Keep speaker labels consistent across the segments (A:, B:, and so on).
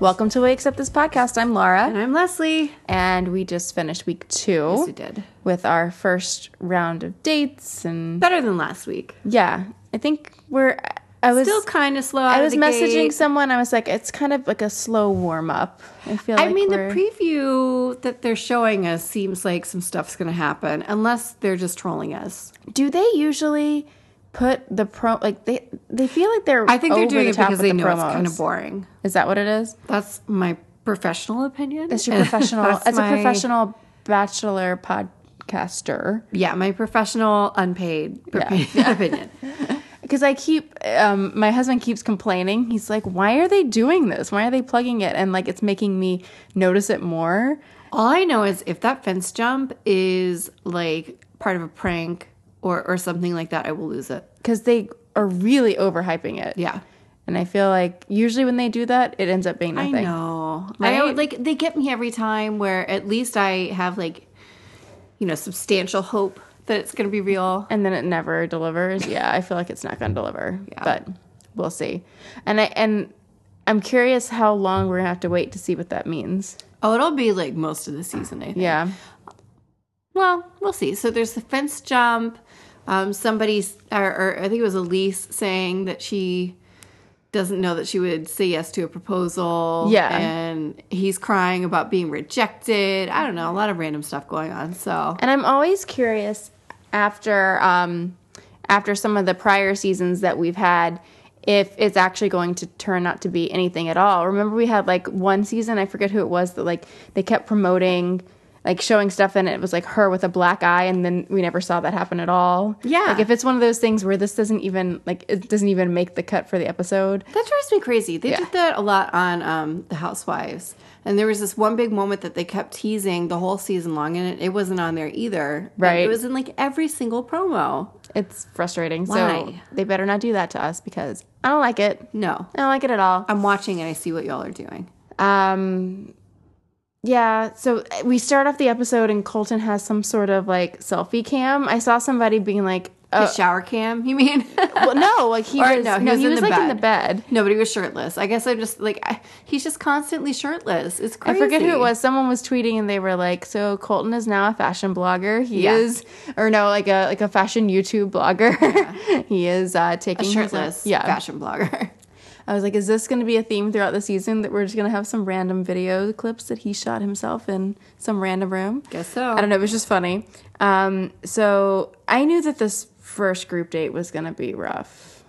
A: Welcome to Wakes Up This Podcast. I'm Laura,
B: And I'm Leslie.
A: and we just finished week two
B: Yes, we did.
A: with our first round of dates. And
B: Better than last week.
A: yeah, I think we're. I was
B: Still kind of slow. Out
A: I
B: of
A: was
B: the
A: messaging
B: gate.
A: someone. I was like, it's kind of like a slow warm up. I feel.
B: I
A: like
B: mean, the
A: we're-
B: preview that they're showing us seems like some stuff's going to happen, unless they're just trolling us.
A: do they usually put the pro like they they feel like they're.
B: I think they're
A: over
B: doing
A: the
B: it
A: top
B: because
A: with
B: they
A: the
B: know it's
A: promos.
B: kind of boring.
A: Is that what it is?
B: That's my professional opinion.
A: That's your professional.
B: That's
A: as
B: my-
A: a professional bachelor podcaster.
B: Yeah, my professional unpaid opinion.
A: because I keep um, my husband keeps complaining. He's like, "Why are they doing this? Why are they plugging it?" And like, it's making me notice it more.
B: All I know is if that fence jump is like part of a prank or or something like that, I will lose it.
A: because they are really overhyping it.
B: Yeah.
A: and I feel like usually when they do that, it ends up being
B: I
A: nothing.
B: know. I
A: Right?
B: al- like they get me every time where at least I have like you know substantial hope that it's going to be real.
A: and then it never delivers. Yeah, I feel like it's not going to deliver,
B: Yeah.
A: but we'll see. And I and I'm curious how long we're gonna have to wait to see what that means.
B: Oh, it'll be like most of the season, I think.
A: Yeah,
B: Well, we'll see. So there's the fence jump. Um, somebody, or, or I think it was Elise, saying that she doesn't know that she would say yes to a proposal.
A: Yeah.
B: And he's crying about being rejected. I don't know. A lot of random stuff going on. So
A: and I'm always curious after um after some of the prior seasons that we've had if it's actually going to turn out to be anything at all. Remember we had like one season, I forget who it was that like they kept promoting like showing stuff and it was like her with a black eye and then we never saw that happen at all.
B: Yeah.
A: Like if it's one of those things where this doesn't even like it doesn't even make the cut for the episode.
B: That drives me crazy. They did that a lot on um, The Housewives. And there was this one big moment that they kept teasing the whole season long, and it, it wasn't on there either. And
A: Right.
B: it was in like every single promo.
A: It's frustrating. So
B: Why?
A: they better not do that to us because I don't like it.
B: No.
A: I don't like it at all.
B: I'm watching and I see what y'all are doing.
A: Um, yeah, so eh, we start off the episode and Colton has some sort of like selfie cam. I saw somebody being like,
B: The
A: oh,
B: shower cam, you mean?
A: well, no, like he
B: Or
A: was,
B: no,
A: no,
B: he
A: he
B: was
A: was,
B: in the
A: like in the
B: bed.
A: bed.
B: Nobody was shirtless. I guess I'm just like, I, he's just constantly shirtless. It's
A: I
B: crazy.
A: forget who it was. Someone was tweeting and they were like, "So Colton is now a fashion blogger. He
B: Yeah.
A: is, or no, like a like a fashion YouTube blogger. he is uh, taking his-
B: Shirtless
A: yeah,
B: fashion blogger.
A: I was like, is this going to be a theme throughout the season that we're just going to have some random video clips that he shot himself in some random room?
B: Guess so.
A: I don't know. It was just funny. Um, so I knew that this first group date was going to be rough.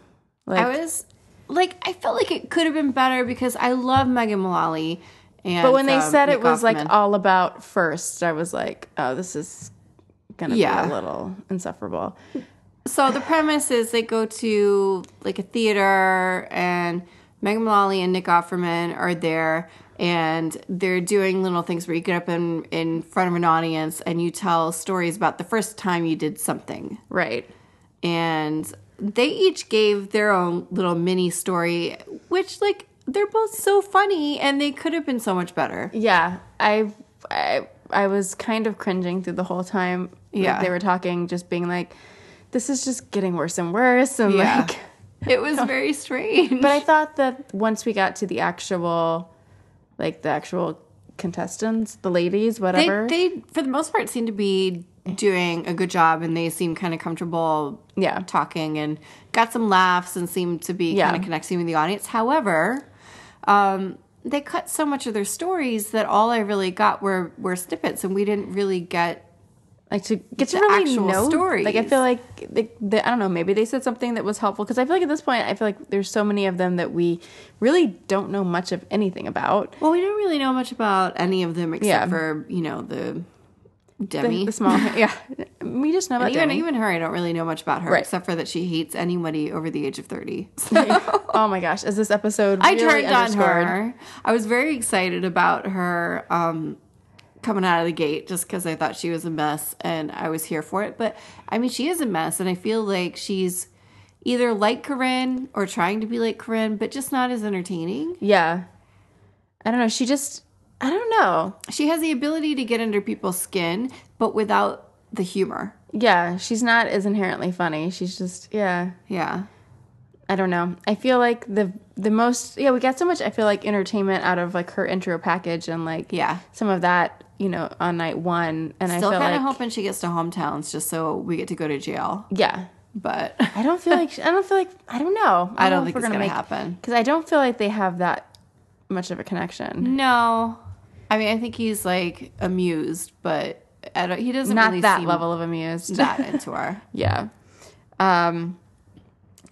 A: Like,
B: I was like, I felt like it could have been better because I love Megan Mullally. And
A: but when they
B: um,
A: said it
B: Nick
A: was
B: Offerman.
A: like all about first, I was like, oh, this is going to
B: Yeah.
A: be a little insufferable.
B: So the premise is they go to like a theater and Megan Mullally and Nick Offerman are there and they're doing little things where you get up in, in front of an audience and you tell stories about the first time you did something.
A: Right.
B: And they each gave their own little mini story, which like they're both so funny and they could have been so much better.
A: Yeah, I, I, I was kind of cringing through the whole time. Like,
B: Yeah.
A: they were talking, just being like, "This is just getting worse and worse," and
B: Yeah.
A: like.
B: It was very strange.
A: But I thought that once we got to the actual, like the actual contestants, the ladies, whatever.
B: They, they, for the most part, seem to be doing a good job, and they seem kind of comfortable.
A: Yeah.
B: talking and got some laughs, and seemed to be
A: Yeah.
B: kind of connecting with the audience. However, um, they cut so much of their stories that all I really got were were snippets, and we didn't really get.
A: like to get to
B: the
A: really
B: actual
A: know. Like I
B: stories.
A: feel like they, they, I don't know. Maybe they said something that was helpful because I feel like at this point I feel like there's so many of them that we really don't know much of anything about.
B: Well, we don't really know much about any of them except
A: Yeah.
B: for you know the
A: The,
B: Demi.
A: the small, yeah, we just know about
B: even,
A: Demi.
B: even her, I don't really know much about her
A: Right.
B: except for that she hates anybody over the age of thirty.
A: oh my gosh, is this episode?
B: I
A: really
B: turned on
A: underscored-
B: her. I was very excited about her um, coming out of the gate just because I thought she was a mess and I was here for it. But I mean, she is a mess, and I feel like she's either like Corinne or trying to be like Corinne, but just not as entertaining.
A: Yeah, I don't know. She just, I don't know.
B: She has the ability to get under people's skin, but without the humor.
A: Yeah, she's not as inherently funny. She's just, yeah.
B: Yeah.
A: I don't know. I feel like the the most yeah we got so much. I feel like entertainment out of like her intro package and like
B: Yeah.
A: some of that you know on night one. And
B: Still
A: I feel
B: kind
A: like
B: of hoping she gets to hometowns just so we get to go to jail.
A: yeah.
B: But
A: I don't feel like I don't feel like I don't know.
B: I don't think it's gonna happen.
A: because I don't feel like they have that much of a connection.
B: No, I mean I think he's like amused, but I don't, he doesn't
A: Not
B: really
A: that
B: seem
A: level of amused.
B: that into her.
A: Yeah. Um,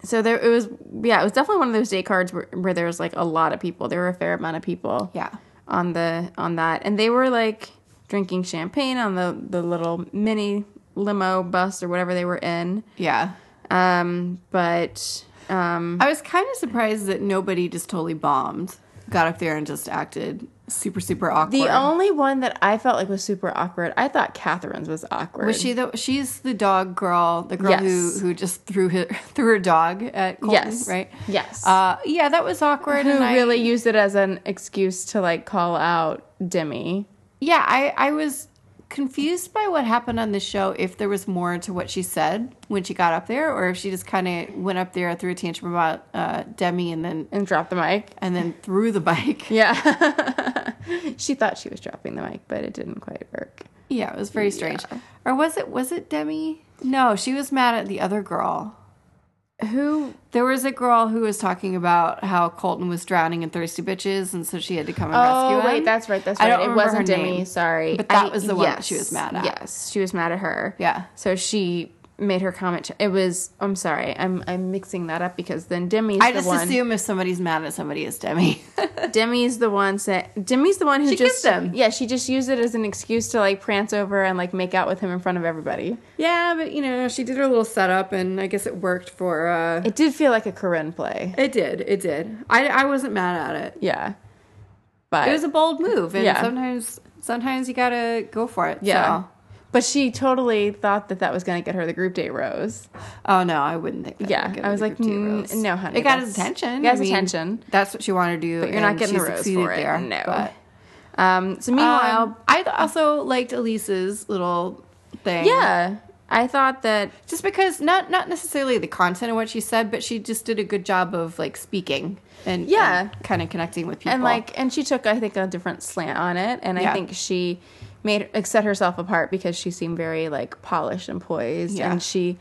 A: so there it was. Yeah, it was definitely one of those day cards where, where there was like a lot of people. There were a fair amount of people.
B: Yeah.
A: On the on that, and they were like drinking champagne on the the little mini limo bus or whatever they were in.
B: Yeah,
A: Um, but um,
B: I was kind of surprised that nobody just totally bombed, got up there and just acted super super awkward.
A: the only one that I felt like was super awkward, I thought Catherine's was awkward.
B: was she the she's the dog girl, the girl who
A: Yes.
B: who just threw her threw her dog at Colton,
A: Yes.
B: right?
A: Yes.
B: Uh, yeah, that was awkward.
A: who
B: and I-
A: really used it as an excuse to like call out Demi?
B: Yeah, I, I was confused by what happened on the show if there was more to what she said when she got up there or if she just kind of went up there threw a tantrum about uh, Demi and then
A: and drop the mic.
B: and then threw the bike.
A: Yeah. she thought she was dropping the mic, but it didn't quite work.
B: Yeah, it was very strange. Or was it was it Demi? No, she was mad at the other girl.
A: Who?
B: There was a girl who was talking about how Colton was drowning in thirsty bitches, and so she had to come and rescue
A: Oh,
B: him.
A: wait, that's right. That's
B: I
A: right.
B: don't
A: it
B: remember
A: wasn't
B: her
A: Demi.
B: name,
A: Sorry.
B: but that
A: I-
B: was the one that she was mad at.
A: Yes. She was mad at her.
B: Yeah.
A: So she made her comment. It was, I'm sorry. I'm, I'm mixing that up because then Demi's
B: I
A: the
B: just
A: one.
B: assume if somebody's mad at somebody, it's Demi.
A: Demi's the one that Demi's the one who
B: She
A: just
B: kissed him.
A: yeah she just used it as an excuse to like prance over and like make out with him in front of everybody.
B: Yeah, but you know, she did her little setup and I guess it worked for uh
A: It did feel like a Corinne play.
B: it did, it did. I I wasn't mad at it.
A: Yeah, but
B: It was a bold move and
A: Yeah.
B: sometimes sometimes you got to go for it.
A: Yeah.
B: Yeah.
A: But she totally thought that that was going to get her the group date rose.
B: Oh no, I wouldn't think that.
A: Yeah,
B: would give
A: I
B: it
A: was
B: a
A: like,
B: good two
A: "Mm,
B: rose."
A: no, honey,
B: It got
A: that's-
B: his attention.
A: it got his
B: I mean,
A: attention.
B: That's what she wanted to do.
A: But you're not
B: and
A: getting
B: she
A: the rose
B: succeeded
A: for it.
B: there.
A: No.
B: But,
A: Um, so meanwhile,
B: um, I th- also liked Elise's little thing.
A: yeah, I thought that
B: Just because not not necessarily the content of what she said, but she just did a good job of like speaking and
A: Yeah.
B: kind of connecting with people.
A: and like and she took I think a different slant on it and I
B: Yeah.
A: think she made like set herself apart because she seemed very like polished and poised
B: Yeah.
A: and she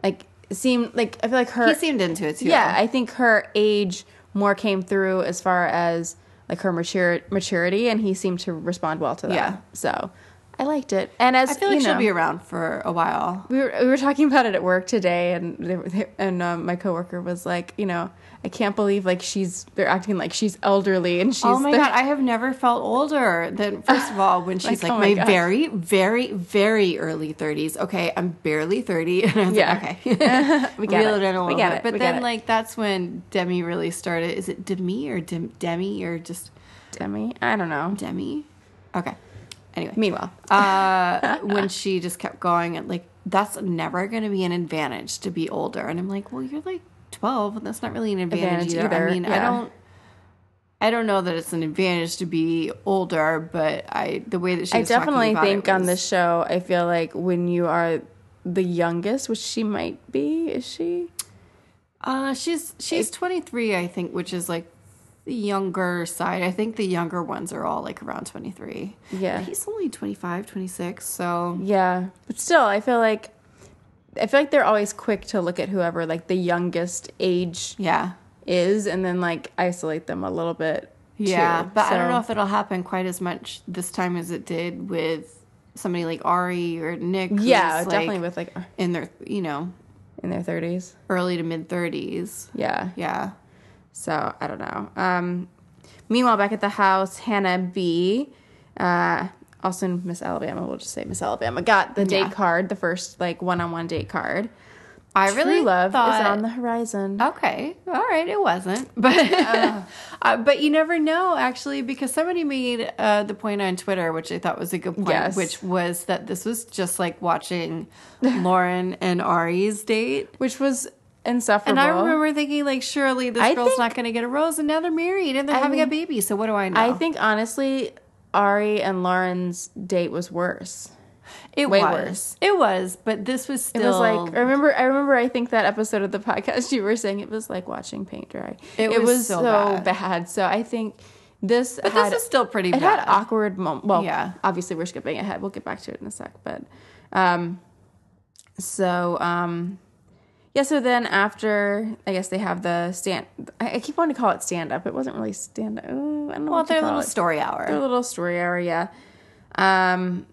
A: like seemed like I feel like her
B: he seemed into it too.
A: Yeah, I think her age more came through as far as like her mature maturity, and he seemed to respond well to that.
B: Yeah.
A: So I liked it, and as
B: I feel like
A: you know,
B: she'll be around for a while.
A: we were, we were talking about it at work today, and they, were- they- and um, my coworker was like, you know, I can't believe like she's they're acting like she's elderly and she's
B: oh my
A: the-
B: god, I have never felt older than first of all when she's
A: Like,
B: like,
A: oh my
B: my,
A: gosh.
B: very, very, very early thirties. Okay, I'm barely thirty, and I was
A: Yeah.
B: like, okay,
A: We get
B: reel
A: it.
B: it in a
A: We
B: little
A: get
B: bit.
A: it.
B: But
A: We get
B: then
A: it.
B: like that's when Demi really started. Is it Demi or Dem- Demi or just
A: Demi. I don't know.
B: Demi? Okay. Anyway,
A: Meanwhile,
B: uh, when she just kept going and like that's never going to be an advantage to be older and i'm like well you're like 12 and that's not really an advantage,
A: Advantage
B: either.
A: either,
B: i mean i
A: yeah.
B: don't i don't know that it's an advantage to be older but i the way that she
A: I
B: was talking
A: definitely
B: about it
A: think on
B: was-
A: this show, I feel like when you are the youngest, which she might be, is she?
B: uh she's she's 23 i think which is like the younger side i think the younger ones are all like around 23
A: Yeah.
B: But he's only 25 26 so
A: Yeah, but still, I feel like I feel like they're always quick to look at whoever like the youngest age
B: yeah
A: is, and then like isolate them a little bit.
B: Yeah,
A: too.
B: but I
A: So-
B: don't know if it'll happen quite as much this time as it did with somebody like Ari or Nick. who's,
A: yeah,
B: like,
A: definitely with like
B: in their you know
A: in their thirties.
B: early to mid thirties.
A: Yeah.
B: Yeah,
A: So I don't know. Um, meanwhile, back at the house, Hannah B, uh, also Miss Alabama, we'll just say Miss Alabama, got the
B: Yeah.
A: date card, the first like one-on-one date card.
B: I
A: True
B: really
A: love
B: thought-
A: is on the horizon.
B: Okay. All right. It wasn't, but uh, but you never know actually because somebody made uh, the point on Twitter, which I thought was a good point,
A: Yes.
B: which was that this was just like watching Lauren and Ari's date.
A: Which was insufferable.
B: And I remember thinking, like, surely this
A: I
B: girl's
A: think-
B: not going to get a rose, and now they're married and they're
A: I
B: having
A: mean,
B: a baby. So what do I know?
A: I think honestly, Ari and Lauren's date was worse.
B: It
A: Way
B: was.
A: worse.
B: It was, but this was
A: It was
B: still
A: like er, I remember. I remember. I think that episode of the podcast you were saying it was like watching paint dry.
B: It was so bad.
A: So I think this.
B: But
A: had,
B: this is still pretty
A: It
B: bad.
A: had awkward moments. Well,
B: Yeah.
A: Obviously, we're skipping ahead. We'll get back to it in a sec. But, um, so um, yeah. So then after, I guess they have the stand. I, I keep wanting to call it stand up. It wasn't really stand up. I don't know.
B: well,
A: what to
B: their
A: call
B: little
A: it. Oh.
B: story hour.
A: Their little story hour, yeah. Um,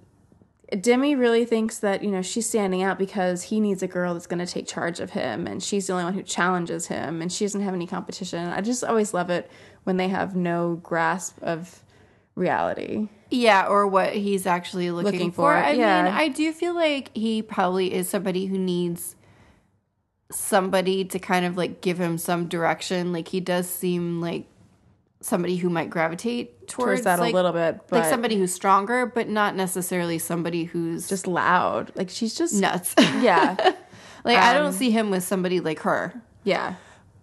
A: Demi really thinks that you know she's standing out because he needs a girl that's going to take charge of him, and she's the only one who challenges him, and she doesn't have any competition. I just always love it when they have no grasp of reality.
B: Yeah, or what he's actually looking,
A: Looking
B: for.
A: for,
B: I
A: yeah.
B: mean, I do feel like he probably is somebody who needs somebody to kind of like give him some direction. Like he does seem like somebody who might gravitate towards,
A: Towards that
B: like,
A: a little bit, but
B: like somebody who's stronger, but not necessarily somebody who's just
A: just loud. Like she's just
B: nuts.
A: yeah,
B: like I
A: um,
B: don't see him with somebody like her.
A: yeah.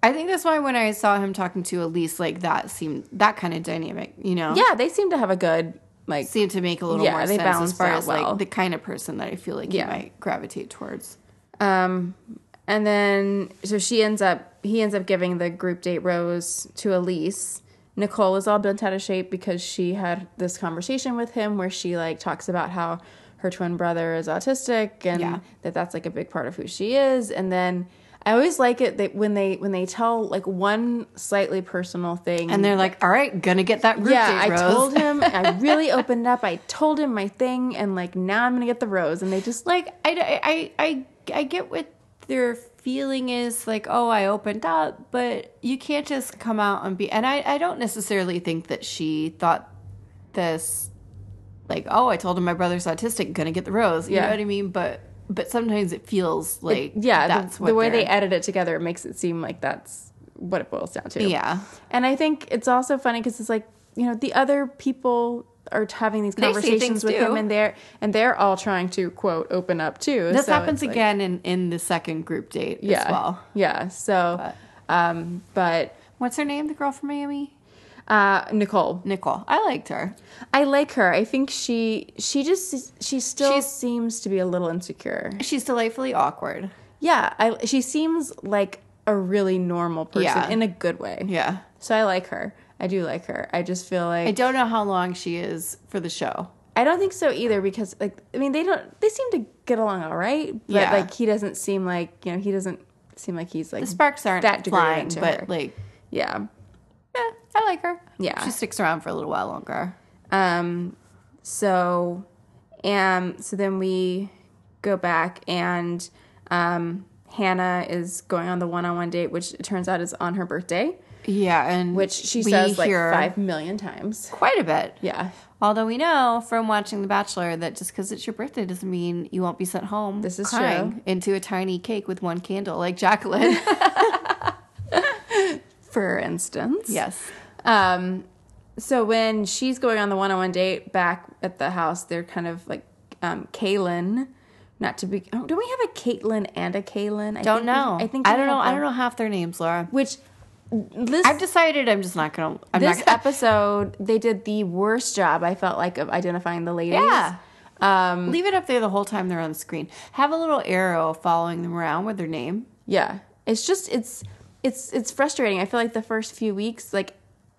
B: I think that's why when I saw him talking to Elise, like that seemed that kind of dynamic, you know?
A: Yeah, they seem to have a good like
B: seem to make a little
A: Yeah,
B: more
A: they
B: sense as
A: balance
B: far
A: that
B: as
A: well.
B: like the kind of person that I feel like
A: Yeah.
B: you might gravitate towards.
A: Um, and then so she ends up he ends up giving the group date rose to Elise. Nicole is all bent out of shape because she had this conversation with him where she like talks about how her twin brother is autistic and
B: Yeah.
A: that that's like a big part of who she is. And then I always like it that when they when they tell like one slightly personal thing
B: And they're like, "All right, gonna get that group
A: Mm. yeah,
B: date, Rose."
A: I told him I really opened up. I told him my thing, and like now I'm gonna get the rose. And they just
B: like, I, I, I, I get what their feeling is. Like, oh, I opened up, but you can't just come out and be. And I, I don't necessarily think that she thought this, like, oh, I told him my brother's autistic, gonna get the Rose. You
A: Yeah.
B: know what I mean? But, but sometimes it feels like,
A: yeah, the-
B: that's
A: the,
B: what
A: way
B: they're-
A: they edit it together it makes it seem like that's what it boils down to.
B: yeah.
A: and I think it's also funny because it's like you know the other people are having these
B: see
A: conversations
B: things
A: with
B: too.
A: him, and they're and they're all trying to quote open up too.
B: This
A: So
B: happens
A: it's like-
B: again in, in the second group date
A: yeah,
B: as well.
A: yeah. So, um, but
B: What's her name? The girl from Miami?
A: uh, Nicole,
B: Nicole. I liked her.
A: I like her. I think she she just she still
B: She's-
A: seems to be a little insecure.
B: She's delightfully awkward.
A: Yeah, I, she seems like a really normal person
B: Yeah.
A: in a good way.
B: Yeah.
A: So I like her. I do like her. I just feel like
B: I don't know how long she is for the show.
A: I don't think so either because like I mean they don't they seem to get along all right, but
B: Yeah.
A: like he doesn't seem like you know he doesn't seem like he's like
B: The sparks aren't
A: Mm-hmm. That degrading
B: flying,
A: to
B: but
A: her.
B: like,
A: yeah.
B: yeah, I like her.
A: Yeah.
B: She sticks around for a little while longer.
A: Um, so um so then we go back and um Hannah is going on the one-on-one date, which it turns out is on her birthday,
B: Yeah. And
A: which she
B: we
A: says like
B: hear
A: five million times.
B: quite a bit.
A: Yeah,
B: Although we know from watching The Bachelor that just because it's your birthday doesn't mean you won't be sent home
A: This is
B: crying
A: true.
B: into a tiny cake with one candle like Jacqueline.
A: for instance.
B: yes.
A: Um, so when she's going on the one-on-one date back at the house, they're kind of like um, Kaylin, not to be. Oh, don't we have a Caitlin and a Kaylin? I
B: Don't
A: think we-
B: know.
A: I think
B: I
A: we
B: don't
A: have
B: know. I
A: them.
B: don't know half their names, Laura.
A: Which this
B: I've decided I'm just not gonna. I'm
A: this
B: not. Gonna,
A: episode they did the worst job I felt like of identifying the ladies.
B: Yeah.
A: Um.
B: leave it up there the whole time they're on screen. Have a little arrow following them around with their name.
A: Yeah. It's just it's it's it's frustrating. I feel like the first few weeks, like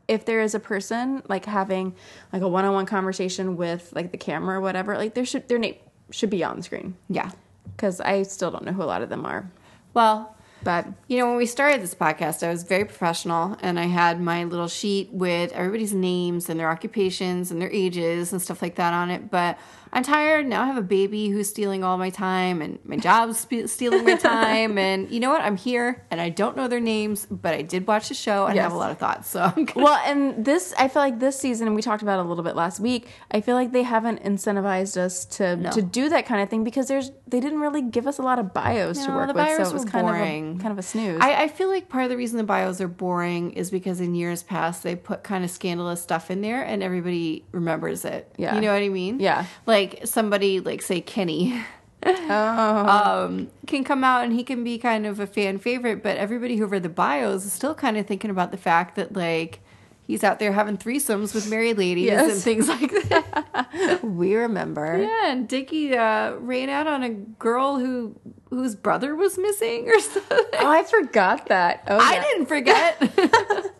A: if there is a person like having like a one-on-one conversation with like the camera or whatever, like there should their name should be on the screen.
B: Yeah.
A: because I still don't know who a lot of them are.
B: Well,
A: But
B: you know, when we started this podcast, I was very professional and I had my little sheet with everybody's names and their occupations and their ages and stuff like that on it. But I'm tired. Now I have a baby who's stealing all my time and my job's spe- stealing my time. and you know what? I'm here and I don't know their names, but I did watch the show and
A: Yes.
B: have a lot of thoughts. So I'm gonna.
A: well, and this I feel like this season and we talked about it a little bit last week. I feel like they haven't incentivized us to to do that kind of thing because there's they didn't really give us a lot of bios to
B: No,
A: work
B: the
A: with, so
B: bios
A: it was
B: were
A: kind
B: boring.
A: of a, kind of a snooze.
B: I, I feel like part of the reason the bios are boring is because in years past they put kind of scandalous stuff in there and everybody remembers it.
A: Yeah.
B: You know what I mean?
A: Yeah.
B: Like somebody like say Kenny
A: oh,
B: um, can come out and he can be kind of a fan favorite, but everybody who read the bios is still kind of thinking about the fact that like he's out there having threesomes with married ladies
A: Yes.
B: and things like that. we remember. Yeah, and Dickie uh, ran out on a girl who whose brother was missing or something.
A: Oh, I forgot that. Oh,
B: I
A: yeah.
B: didn't forget.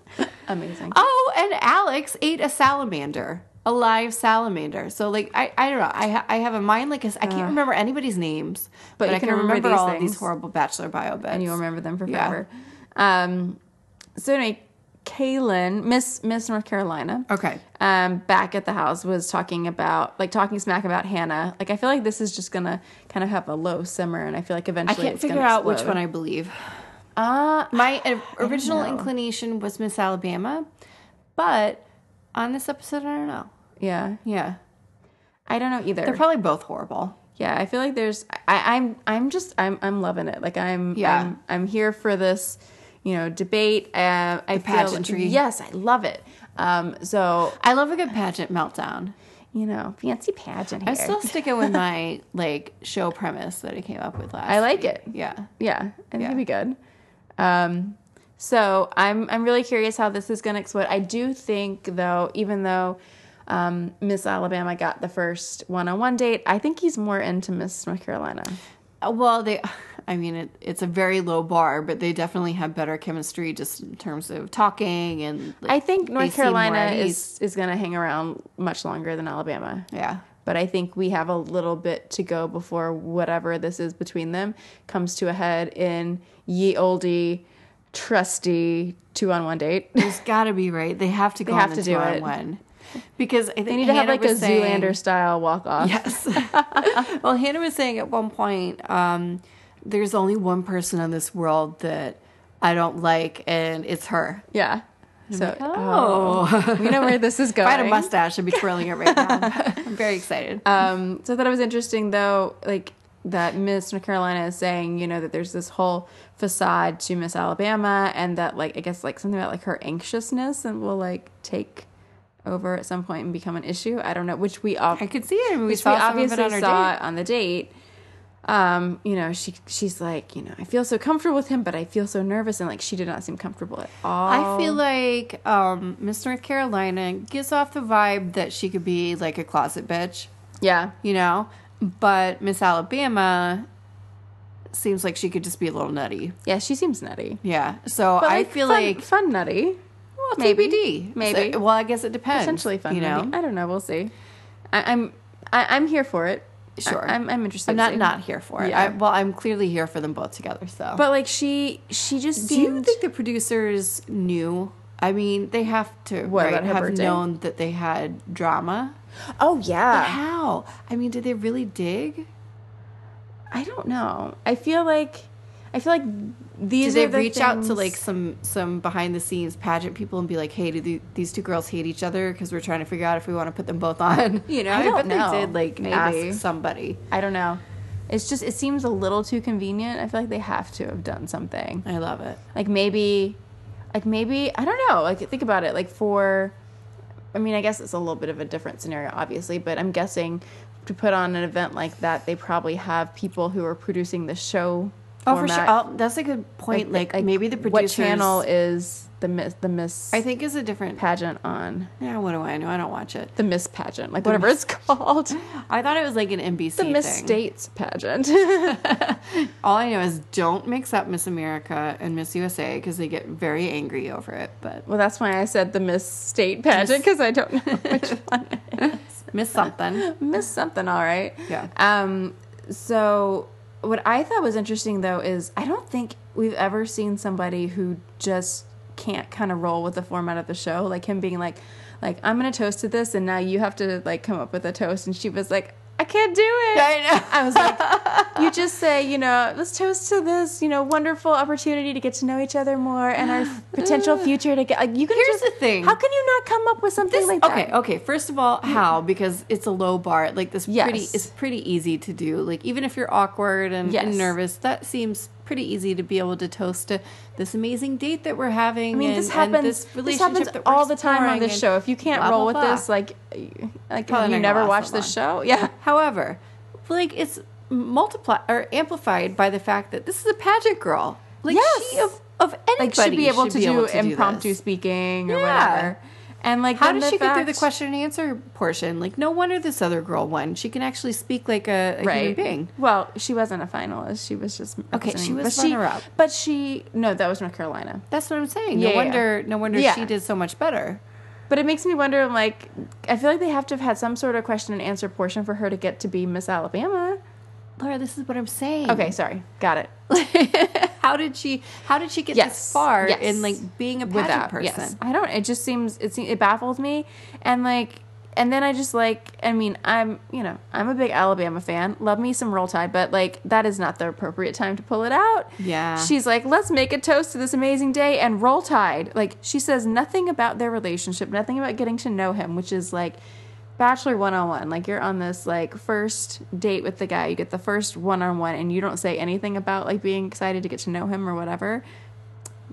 A: Amazing.
B: oh, and Alex ate a salamander, a live salamander. So like I, I don't know. I ha- I have a mind like a, I can't remember anybody's names, but,
A: Uh. you
B: I
A: can
B: can
A: remember
B: remember,
A: these
B: all of
A: things.
B: these horrible bachelor biobits.
A: and you'll remember them for
B: Yeah.
A: forever. Um, so anyway, Kaylin, Miss Miss North Carolina,
B: Okay.
A: um, back at the house was talking about like talking smack about Hannah. Like I feel like this is just gonna kind of have a low simmer, and I feel like
B: I
A: eventually
B: can't
A: it's
B: figure
A: gonna
B: out which
A: explode.
B: one I believe.
A: Uh,
B: My uh, original
A: know.
B: inclination was Miss Alabama, but on this episode, I don't know.
A: yeah,
B: Yeah,
A: I don't know either.
B: they're probably both horrible.
A: yeah, I feel like there's I, I'm I'm just I'm I'm loving it. Like I'm
B: Yeah.
A: I'm, I'm here for this, you know, debate. Uh, I feel-
B: pageantry.
A: yes, I love it. Um, so
B: I love a good pageant meltdown.
A: you know, fancy pageant. Here.
B: I'm still sticking with my like show premise that I came up with last.
A: I like it.
B: Yeah,
A: Yeah, I think
B: Yeah.
A: it'd be good. Um, so I'm I'm really curious how this is going to explode. I do think though, even though um, Miss Alabama got the first one-on-one date, I think he's more into Miss North Carolina.
B: Uh, well, they. I mean, it, it's a very low bar, but they definitely have better chemistry just in terms of talking and. like,
A: I think
B: they
A: North
B: seem more at
A: Carolina
B: ease.
A: is is going to hang around much longer than Alabama.
B: Yeah.
A: But I think we have a little bit to go before whatever this is between them comes to a head in ye olde trusty two-on-one date.
B: There's got to be right. They have to go.
A: have
B: on
A: to
B: the
A: do it.
B: one. Because I think
A: They need to have
B: Hannah
A: like a
B: was saying-
A: Zoolander style walk-off.
B: Yes. well, Hannah was saying at one point, um, there's only one person in this world that I don't like, and it's her.
A: Yeah. So
B: oh.
A: we know where this is
B: If
A: going.
B: I had a mustache, I'd be twirling it right now. I'm very excited.
A: Um, so I thought it was interesting though, like that Miss North Carolina is saying, you know, that there's this whole facade to Miss Alabama, and that like I guess like something about like her anxiousness and will like take over at some point and become an issue. I don't know, which we all
B: I could see it. I mean, we
A: which we
B: saw some of
A: obviously
B: it on our
A: saw
B: date.
A: on the date. Um, you know, she she's like, you know, I feel so comfortable with him, but I feel so nervous, and like she did not seem comfortable at all.
B: I feel like um, Miss North Carolina gives off the vibe that she could be like a closet bitch,
A: yeah,
B: you know? But Miss Alabama seems like she could just be a little nutty.
A: yeah, she seems nutty.
B: Yeah. So
A: But,
B: I feel
A: fun,
B: like
A: fun nutty.
B: Well,
A: Maybe.
B: TBD.
A: Maybe.
B: So- well, I guess it depends.
A: Essentially fun
B: You know,
A: nutty. I don't know. We'll see. I, I'm I, I'm here for it.
B: Sure.
A: I, am I'm interested.
B: I'm
A: to
B: not
A: see.
B: not here for it.
A: Yeah.
B: I, well, I'm clearly here for them both together. So,
A: But like she she just
B: do you
A: seemed.
B: think the producers knew? I mean, they have to
A: What,
B: right,
A: about her
B: have
A: birthday?
B: known that they had drama.
A: oh yeah.
B: How? I mean, did they really dig?
A: I don't know. I feel like I feel like
B: Did
A: these.
B: they
A: are the
B: reach out to
A: things-
B: like some some behind the scenes pageant people and be like, "Hey, do the, these two girls hate each other? Because we're trying to figure out if we want to put them both on." You know,
A: I
B: I,
A: don't
B: bet
A: know.
B: they did like
A: Maybe.
B: ask somebody.
A: I don't know. It's just it seems a little too convenient. I feel like they have to have done something.
B: I love it.
A: like maybe like maybe i don't know like think about it like for i mean i guess it's a little bit of a different scenario obviously but i'm guessing to put on an event like that they probably have people who are producing the show
B: Oh, for
A: format.
B: sure. Oh, that's a good point. Like, maybe the producers.
A: what channel is the miss the miss
B: I think is a different.
A: pageant on
B: Yeah, what do I know? I don't watch it.
A: the miss pageant like whatever it's called
B: I thought it was like an NBC
A: the miss
B: thing.
A: states pageant
B: All I know is don't mix up Miss America and Miss USA because they get very angry over it. But
A: well that's why i said the miss state pageant because i don't know which one
B: Miss something.
A: missed something all right
B: Yeah.
A: um so what i thought was interesting though is i don't think we've ever seen somebody who just can't kind of roll with the format of the show like him being like like i'm gonna toast to this and now you have to like come up with a toast and she was like i can't do it
B: I know.
A: I was like, you just say, you know, let's toast to this, you know, wonderful opportunity to get to know each other more and our potential future to get. Like, you can
B: Here's
A: just,
B: the thing.
A: How can you not come up with something
B: This-
A: like that?
B: okay, okay. First of all, how? Because it's a low bar. Like this
A: Yes.
B: pretty it's pretty easy to do. Like even if you're awkward and,
A: Yes.
B: and nervous, that seems pretty easy to be able to toast to this amazing date that we're having.
A: I mean,
B: and,
A: this
B: and
A: happens.
B: this
A: This,
B: relationship
A: happens
B: that we're
A: all the time on
B: exploring
A: this
B: and
A: show. If you can't
B: blah,
A: roll
B: blah,
A: with
B: blah.
A: this, like, you- like
B: Probably
A: you
B: not gonna
A: never watch
B: last that
A: the
B: long.
A: show. Yeah,
B: However, like it's multiplied or amplified by the fact that this is a pageant girl. Like
A: Yes.
B: she of of anybody
A: like should be able
B: should
A: to
B: be
A: do
B: able to do
A: impromptu
B: this.
A: speaking or
B: Yeah.
A: whatever. And like,
B: How
A: then
B: did
A: the
B: she get through
A: fact-
B: the question and answer portion? Like, no wonder this other girl won. She can actually speak like a, a human being.
A: Well, she wasn't a finalist. She was just
B: Okay, she
A: representing-
B: was
A: but she-
B: runner-up.
A: But she no, that was North Carolina.
B: That's what I'm saying.
A: Yeah,
B: no
A: yeah.
B: wonder. No wonder
A: Yeah.
B: she did so much better.
A: But it makes me wonder. I'm Like, I feel like they have to have had some sort of question and answer portion for her to get to be Miss Alabama.
B: Laura, this is what I'm saying.
A: Okay, sorry, got it.
B: how did she? How did she get
A: Yes.
B: this far
A: Yes.
B: in like being a pageant
A: Without
B: person?
A: yes, I don't. It just seems it seems, it baffles me, and like, and then I just like. I mean, I'm you know I'm a big Alabama fan. Love me some roll tide, but like that is not the appropriate time to pull it out.
B: Yeah.
A: she's like, let's make a toast to this amazing day and roll tide. Like she says nothing about their relationship, nothing about getting to know him, which is like. Bachelor one on one, like you're on this like first date with the guy, you get the first one on one, and you don't say anything about like being excited to get to know him or whatever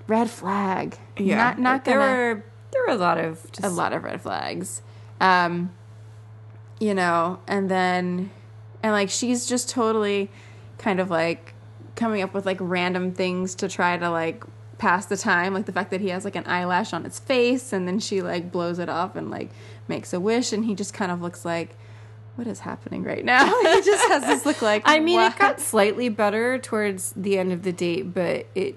A: red flag.
B: Yeah,
A: not not
B: there
A: gonna
B: were there were a lot of just
A: a lot of red flags. Um, you know, and then and like she's just totally kind of like coming up with like random things to try to like pass the time, like the fact that he has like an eyelash on his face, and then she like blows it off and like makes a wish, and he just kind of looks like. What is happening right now? he just has this look like.
B: I mean,
A: "What?"
B: it got slightly better towards the end of the date, but it did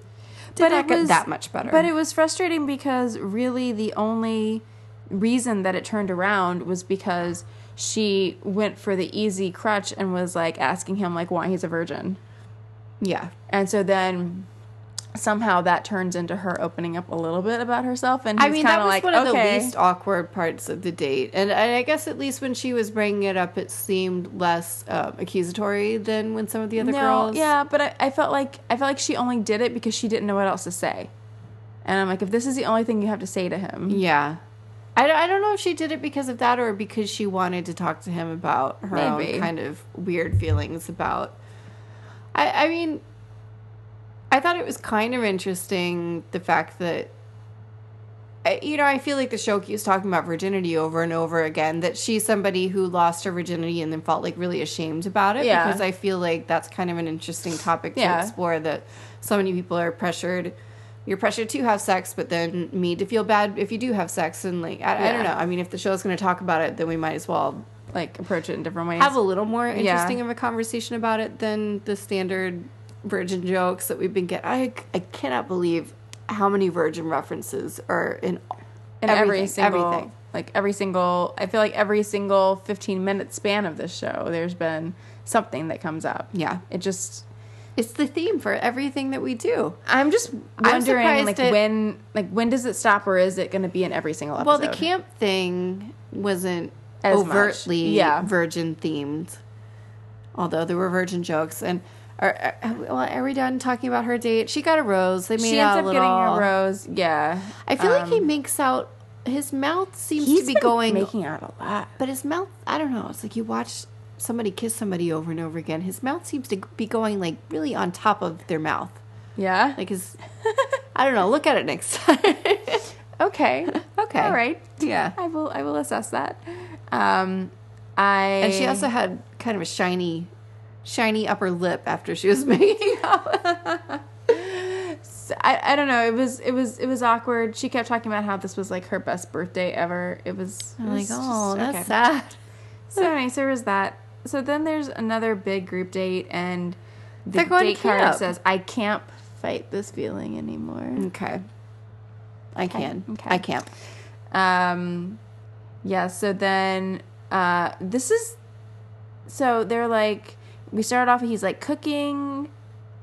A: But
B: not
A: it
B: get
A: was-
B: that much better.
A: But it was frustrating because really the only reason that it turned around was because she went for the easy crutch and was like asking him like why he's a virgin.
B: yeah,
A: And so then somehow that turns into her opening up a little bit about herself and he's
B: I mean
A: kind
B: that was
A: like
B: one of
A: okay.
B: the least awkward parts of the date, and, and I guess at least when she was bringing it up, it seemed less um, accusatory than when some of the other
A: no,
B: girls.
A: Yeah, but I, I felt like I felt like she only did it because she didn't know what else to say. And I'm like if this is the only thing you have to say to him.
B: yeah. I, don't- I don't know if she did it because of that or because she wanted to talk to him about her
A: Maybe.
B: own kind of weird feelings about. I, I mean, I thought it was kind of interesting the fact that I- you know, I feel like the show keeps talking about virginity over and over again. That she's somebody who lost her virginity and then felt like really ashamed about it.
A: Yeah.
B: Because I feel like that's kind of an interesting topic to
A: Yeah.
B: explore. That so many people are pressured. You're pressured to have sex, but then made to feel bad if you do have sex. And like, I, I
A: Yeah.
B: don't know. I mean, if the show's going to talk about it, then we might as well
A: Like approach it in different ways.
B: have a little more interesting of a conversation about it than the standard virgin jokes that we've been getting. I, I cannot believe how many virgin references are in,
A: in every
B: everything,
A: single
B: everything.
A: like every single i feel like every single 15 minute span of this show there's been something that comes up
B: Yeah.
A: it just
B: It's the theme for everything that we do.
A: i'm just wondering
B: surprised
A: like
B: it-
A: when like when does it stop or is it going to be in every single episode
B: Well, the camp thing wasn't
A: As much.
B: overtly
A: Yeah.
B: virgin themed, although there were virgin jokes. And are, are, well, are we done talking about her date? She got a rose. They made
A: she ends
B: out
A: up
B: a little.
A: getting a rose yeah
B: I feel like he makes out. His mouth seems
A: he's
B: to be
A: been
B: going
A: making out a lot
B: But his mouth, I don't know. It's like you watch somebody kiss somebody over and over again. His mouth seems to be going like really on top of their mouth.
A: yeah
B: Like his, I don't know. Look at it next time.
A: okay
B: Okay.
A: all right
B: Yeah.
A: i will i will assess that um i
B: and she also had kind of a shiny, shiny upper lip after she was making out.
A: I, I don't know. It was it was it was awkward. She kept talking about how this was like her best birthday ever. It was it
B: I'm like,
A: was just-
B: oh, that's
A: okay.
B: sad.
A: So anyway, so was that. So then there's another big group date, and the
B: They're going to
A: date card
B: camp.
A: says, "I can't fight this feeling anymore."
B: Okay. I can.
A: Okay.
B: I can't. Mm.
A: Um, yeah. So then, uh, this is. So they're like, we started off. He's like cooking.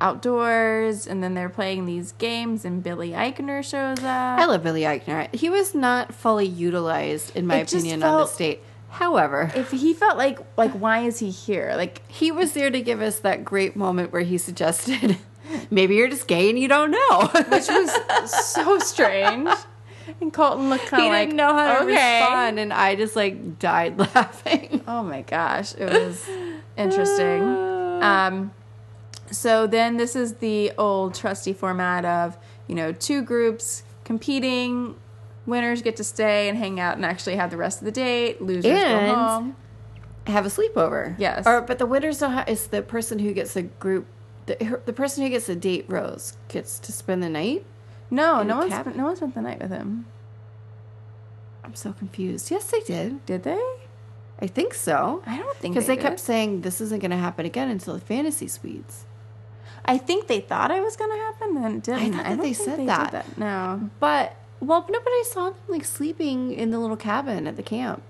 A: Outdoors, and then they're playing these games, and Billy Eichner shows up.
B: I love Billy Eichner. He was not fully utilized, in my
A: It just
B: opinion, on
A: felt-
B: this date. However,
A: if he felt like like why is he here like
B: He was there to give us that great moment where he suggested, maybe you're just gay and you don't know.
A: which was so strange and colton looked kind
B: he
A: of like
B: didn't know how to
A: "Okay."
B: respond, and I just like died laughing.
A: oh my gosh it was interesting um so then this is the old trusty format of you know two groups competing winners get to stay and hang out and actually have the rest of the date losers go
B: And-
A: home
B: Have a sleepover.
A: Yes.
B: Or, but the winners don't have, it's the person who gets the group, the, her- the person who gets the date rose gets to spend the night.
A: no
B: in
A: no
B: the
A: one
B: cabin.
A: spent, no one spent the night with him
B: I'm so confused. Yes, they did.
A: Did they?
B: I think so.
A: I don't think
B: Because they, kept
A: did.
B: saying this isn't going to happen again until the fantasy suites.
A: I think they thought it was gonna happen and it didn't.
B: thought that
A: don't
B: they
A: think
B: said
A: did
B: that.
A: No.
B: But well, nobody saw them like sleeping in the little cabin at the camp.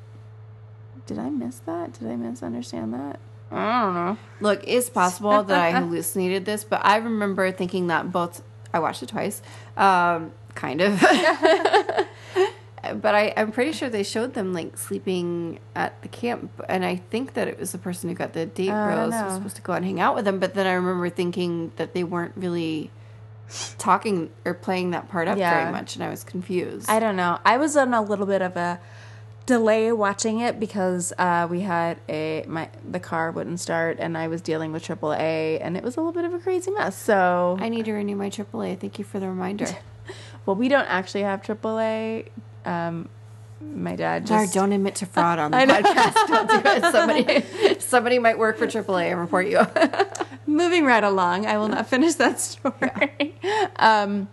A: Did I miss that? Did I misunderstand that? I don't know.
B: Look, it's possible that I hallucinated this, but I remember thinking that both. I watched it twice, um, kind of. but I, I'm pretty sure they showed them like sleeping at the camp, and I think that it was the person who got the date
A: Oh, I don't
B: rose who was
A: know.
B: supposed to go out and hang out with them. But then I remember thinking that they weren't really talking or playing that part up
A: Yeah.
B: very much, and I was confused.
A: I don't know. I was on a little bit of a delay watching it because uh, we had a my the car wouldn't start and I was dealing with AAA and it was a little bit of a crazy mess. So,
B: I need to renew my AAA. Thank you for the reminder.
A: well, we don't actually have AAA. Um, my dad
B: Dar,
A: just
B: don't admit to fraud on the podcast. Don't do it. Somebody, somebody might work for AAA and report you.
A: moving right along. I will not finish that story. um,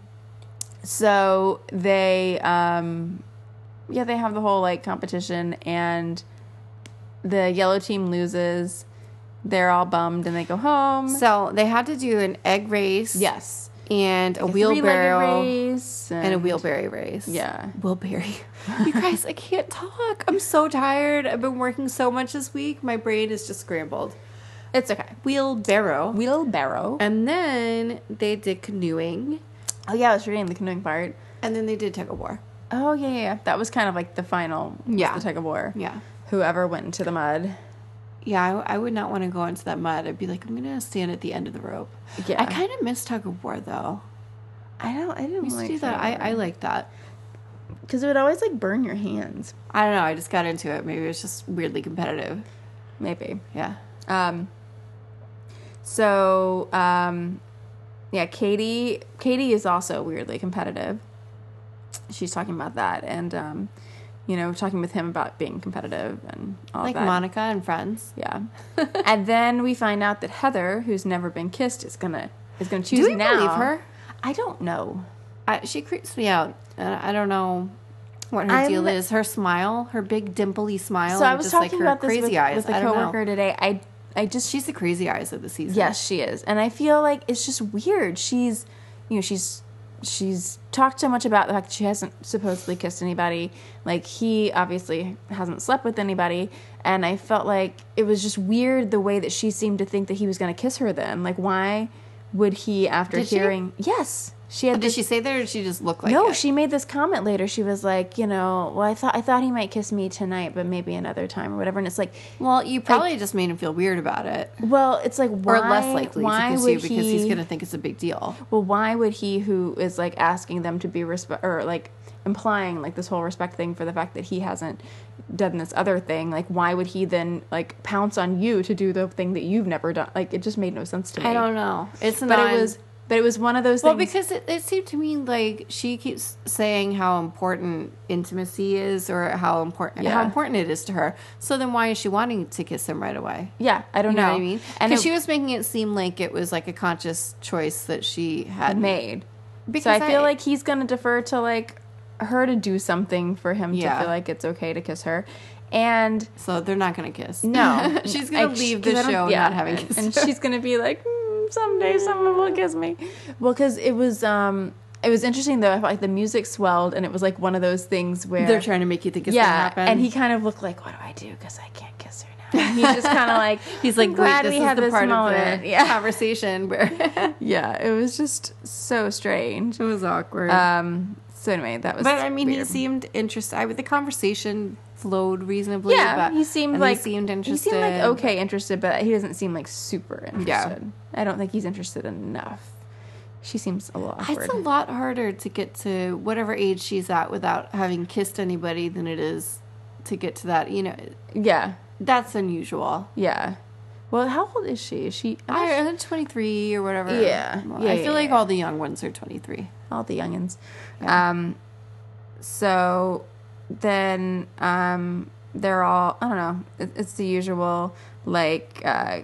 A: so they, um, yeah, they have the whole like competition, and the yellow team loses. They're all bummed, and they go home.
B: so they had to do an egg race,
A: yes,
B: and a
A: Three-legged
B: wheelbarrow
A: race
B: and a wheelbarrow race.
A: Yeah.
B: wheelbarrow. you guys, I can't talk. I'm so tired. I've been working so much this week. My brain is just scrambled.
A: It's okay.
B: Wheelbarrow,
A: Wheelbarrow.
B: and then they did canoeing,
A: Oh yeah, I was reading the canoeing part.
B: and then they did tug of war.
A: Oh yeah, yeah, yeah. That was kind of like the final. was
B: Yeah.
A: the tug of war.
B: Yeah.
A: Whoever went into the mud.
B: Yeah, I, I would not want to go into that mud. I'd be like, I'm gonna stand at the end of the rope.
A: Yeah.
B: I kind of miss tug of war though.
A: I don't. I didn't
B: I used to do that. I, I like that.
A: because it would always like burn your hands.
B: I don't know. I just got into it. Maybe it was just weirdly competitive.
A: Maybe.
B: Yeah.
A: Um. So, um, yeah, Katie. Katie is also weirdly competitive. She's talking about that, and um, you know, talking with him about being competitive and all
B: like
A: that.
B: Monica and Friends.
A: Yeah. and then we find out that Heather, who's never been kissed, is gonna is gonna choose
B: we
A: now.
B: believe her?
A: I don't know.
B: I, she creeps me out. And I don't know what her
A: I'm-
B: deal is. Her smile, her big dimply smile.
A: So I
B: and
A: was
B: just,
A: talking
B: her
A: about this
B: crazy
A: with,
B: eyes.
A: with a
B: I don't know.
A: coworker today. I I just
B: She's the crazy eyes of the season.
A: Yes, she is. And I feel like it's just weird. She's, you know, she's she's talked so much about the fact that she hasn't supposedly kissed anybody. Like he obviously hasn't slept with anybody, and I felt like it was just weird the way that she seemed to think that he was going to kiss her then. Like why would he after
B: Did she?
A: hearing Yes. She had
B: Did she say that or did she just look like
A: no,
B: it?
A: she made this comment later. She was like, you know, well, I thought I thought he might kiss me tonight, but maybe another time or whatever. And it's like,
B: Well, you probably just made him feel weird about it.
A: well, it's like why?
B: Or less likely
A: why
B: to kiss
A: would
B: you because
A: he-
B: he's going to think it's a big deal.
A: well why would he who is like asking them to be respect or like implying like this whole respect thing for the fact that he hasn't done this other thing like why would he then like pounce on you to do the thing that you've never done like it just made no sense to me
B: I don't know. It's
A: but
B: not.
A: it was but it was one of those
B: Well,
A: things
B: because it, it seemed to me like she keeps saying how important intimacy is, or how important how
A: Yeah.
B: important it is to her. So then, why is she wanting to kiss him right away?
A: yeah i don't
B: You know
A: know
B: what I mean?
A: and it
B: Because she was making it seem like it was like a conscious choice that she had
A: made
B: Because
A: so i feel
B: I-
A: like he's gonna defer to like her to do something for him to
B: Yeah.
A: feel like it's okay to kiss her and
B: So they're not going to kiss.
A: No,
B: she's going
A: I-
B: to leave
A: because
B: the
A: I don't-
B: show
A: yeah,
B: not having kissed.
A: and she's gonna be like, "Mm, someday someone will kiss me. Well, because it was, um, it was interesting though. I felt like the music swelled, and it was like one of those things where
B: they're trying to make you think it's going to
A: yeah,
B: happen.
A: and he kind of looked like, what do I do? Because I can't kiss her now. And he's just kind of like,
B: he's like,
A: "I'm
B: glad we had the part of the
A: Yeah,
B: conversation where
A: yeah, it was just so strange.
B: it was awkward.
A: Um, so anyway, that was.
B: But I mean, he
A: weird.
B: seemed interested. I, the conversation flowed reasonably.
A: yeah,
B: but-
A: he seemed
B: and
A: like
B: he seemed interested.
A: He seemed like okay interested, but he doesn't seem like super
B: Yeah.
A: interested. I don't think he's interested enough. She seems a little awkward.
B: It's a lot harder to get to whatever age she's at without having kissed anybody than it is to get to that. You know,
A: yeah,
B: that's unusual.
A: yeah. Well, how old is she? Is she?
B: I am 23 or whatever.
A: Yeah.
B: Well,
A: Yeah,
B: I
A: yeah,
B: feel like
A: yeah.
B: all the young ones are 23.
A: all the youngins. Um, so then um, they're all I don't know. It, it's the usual like uh,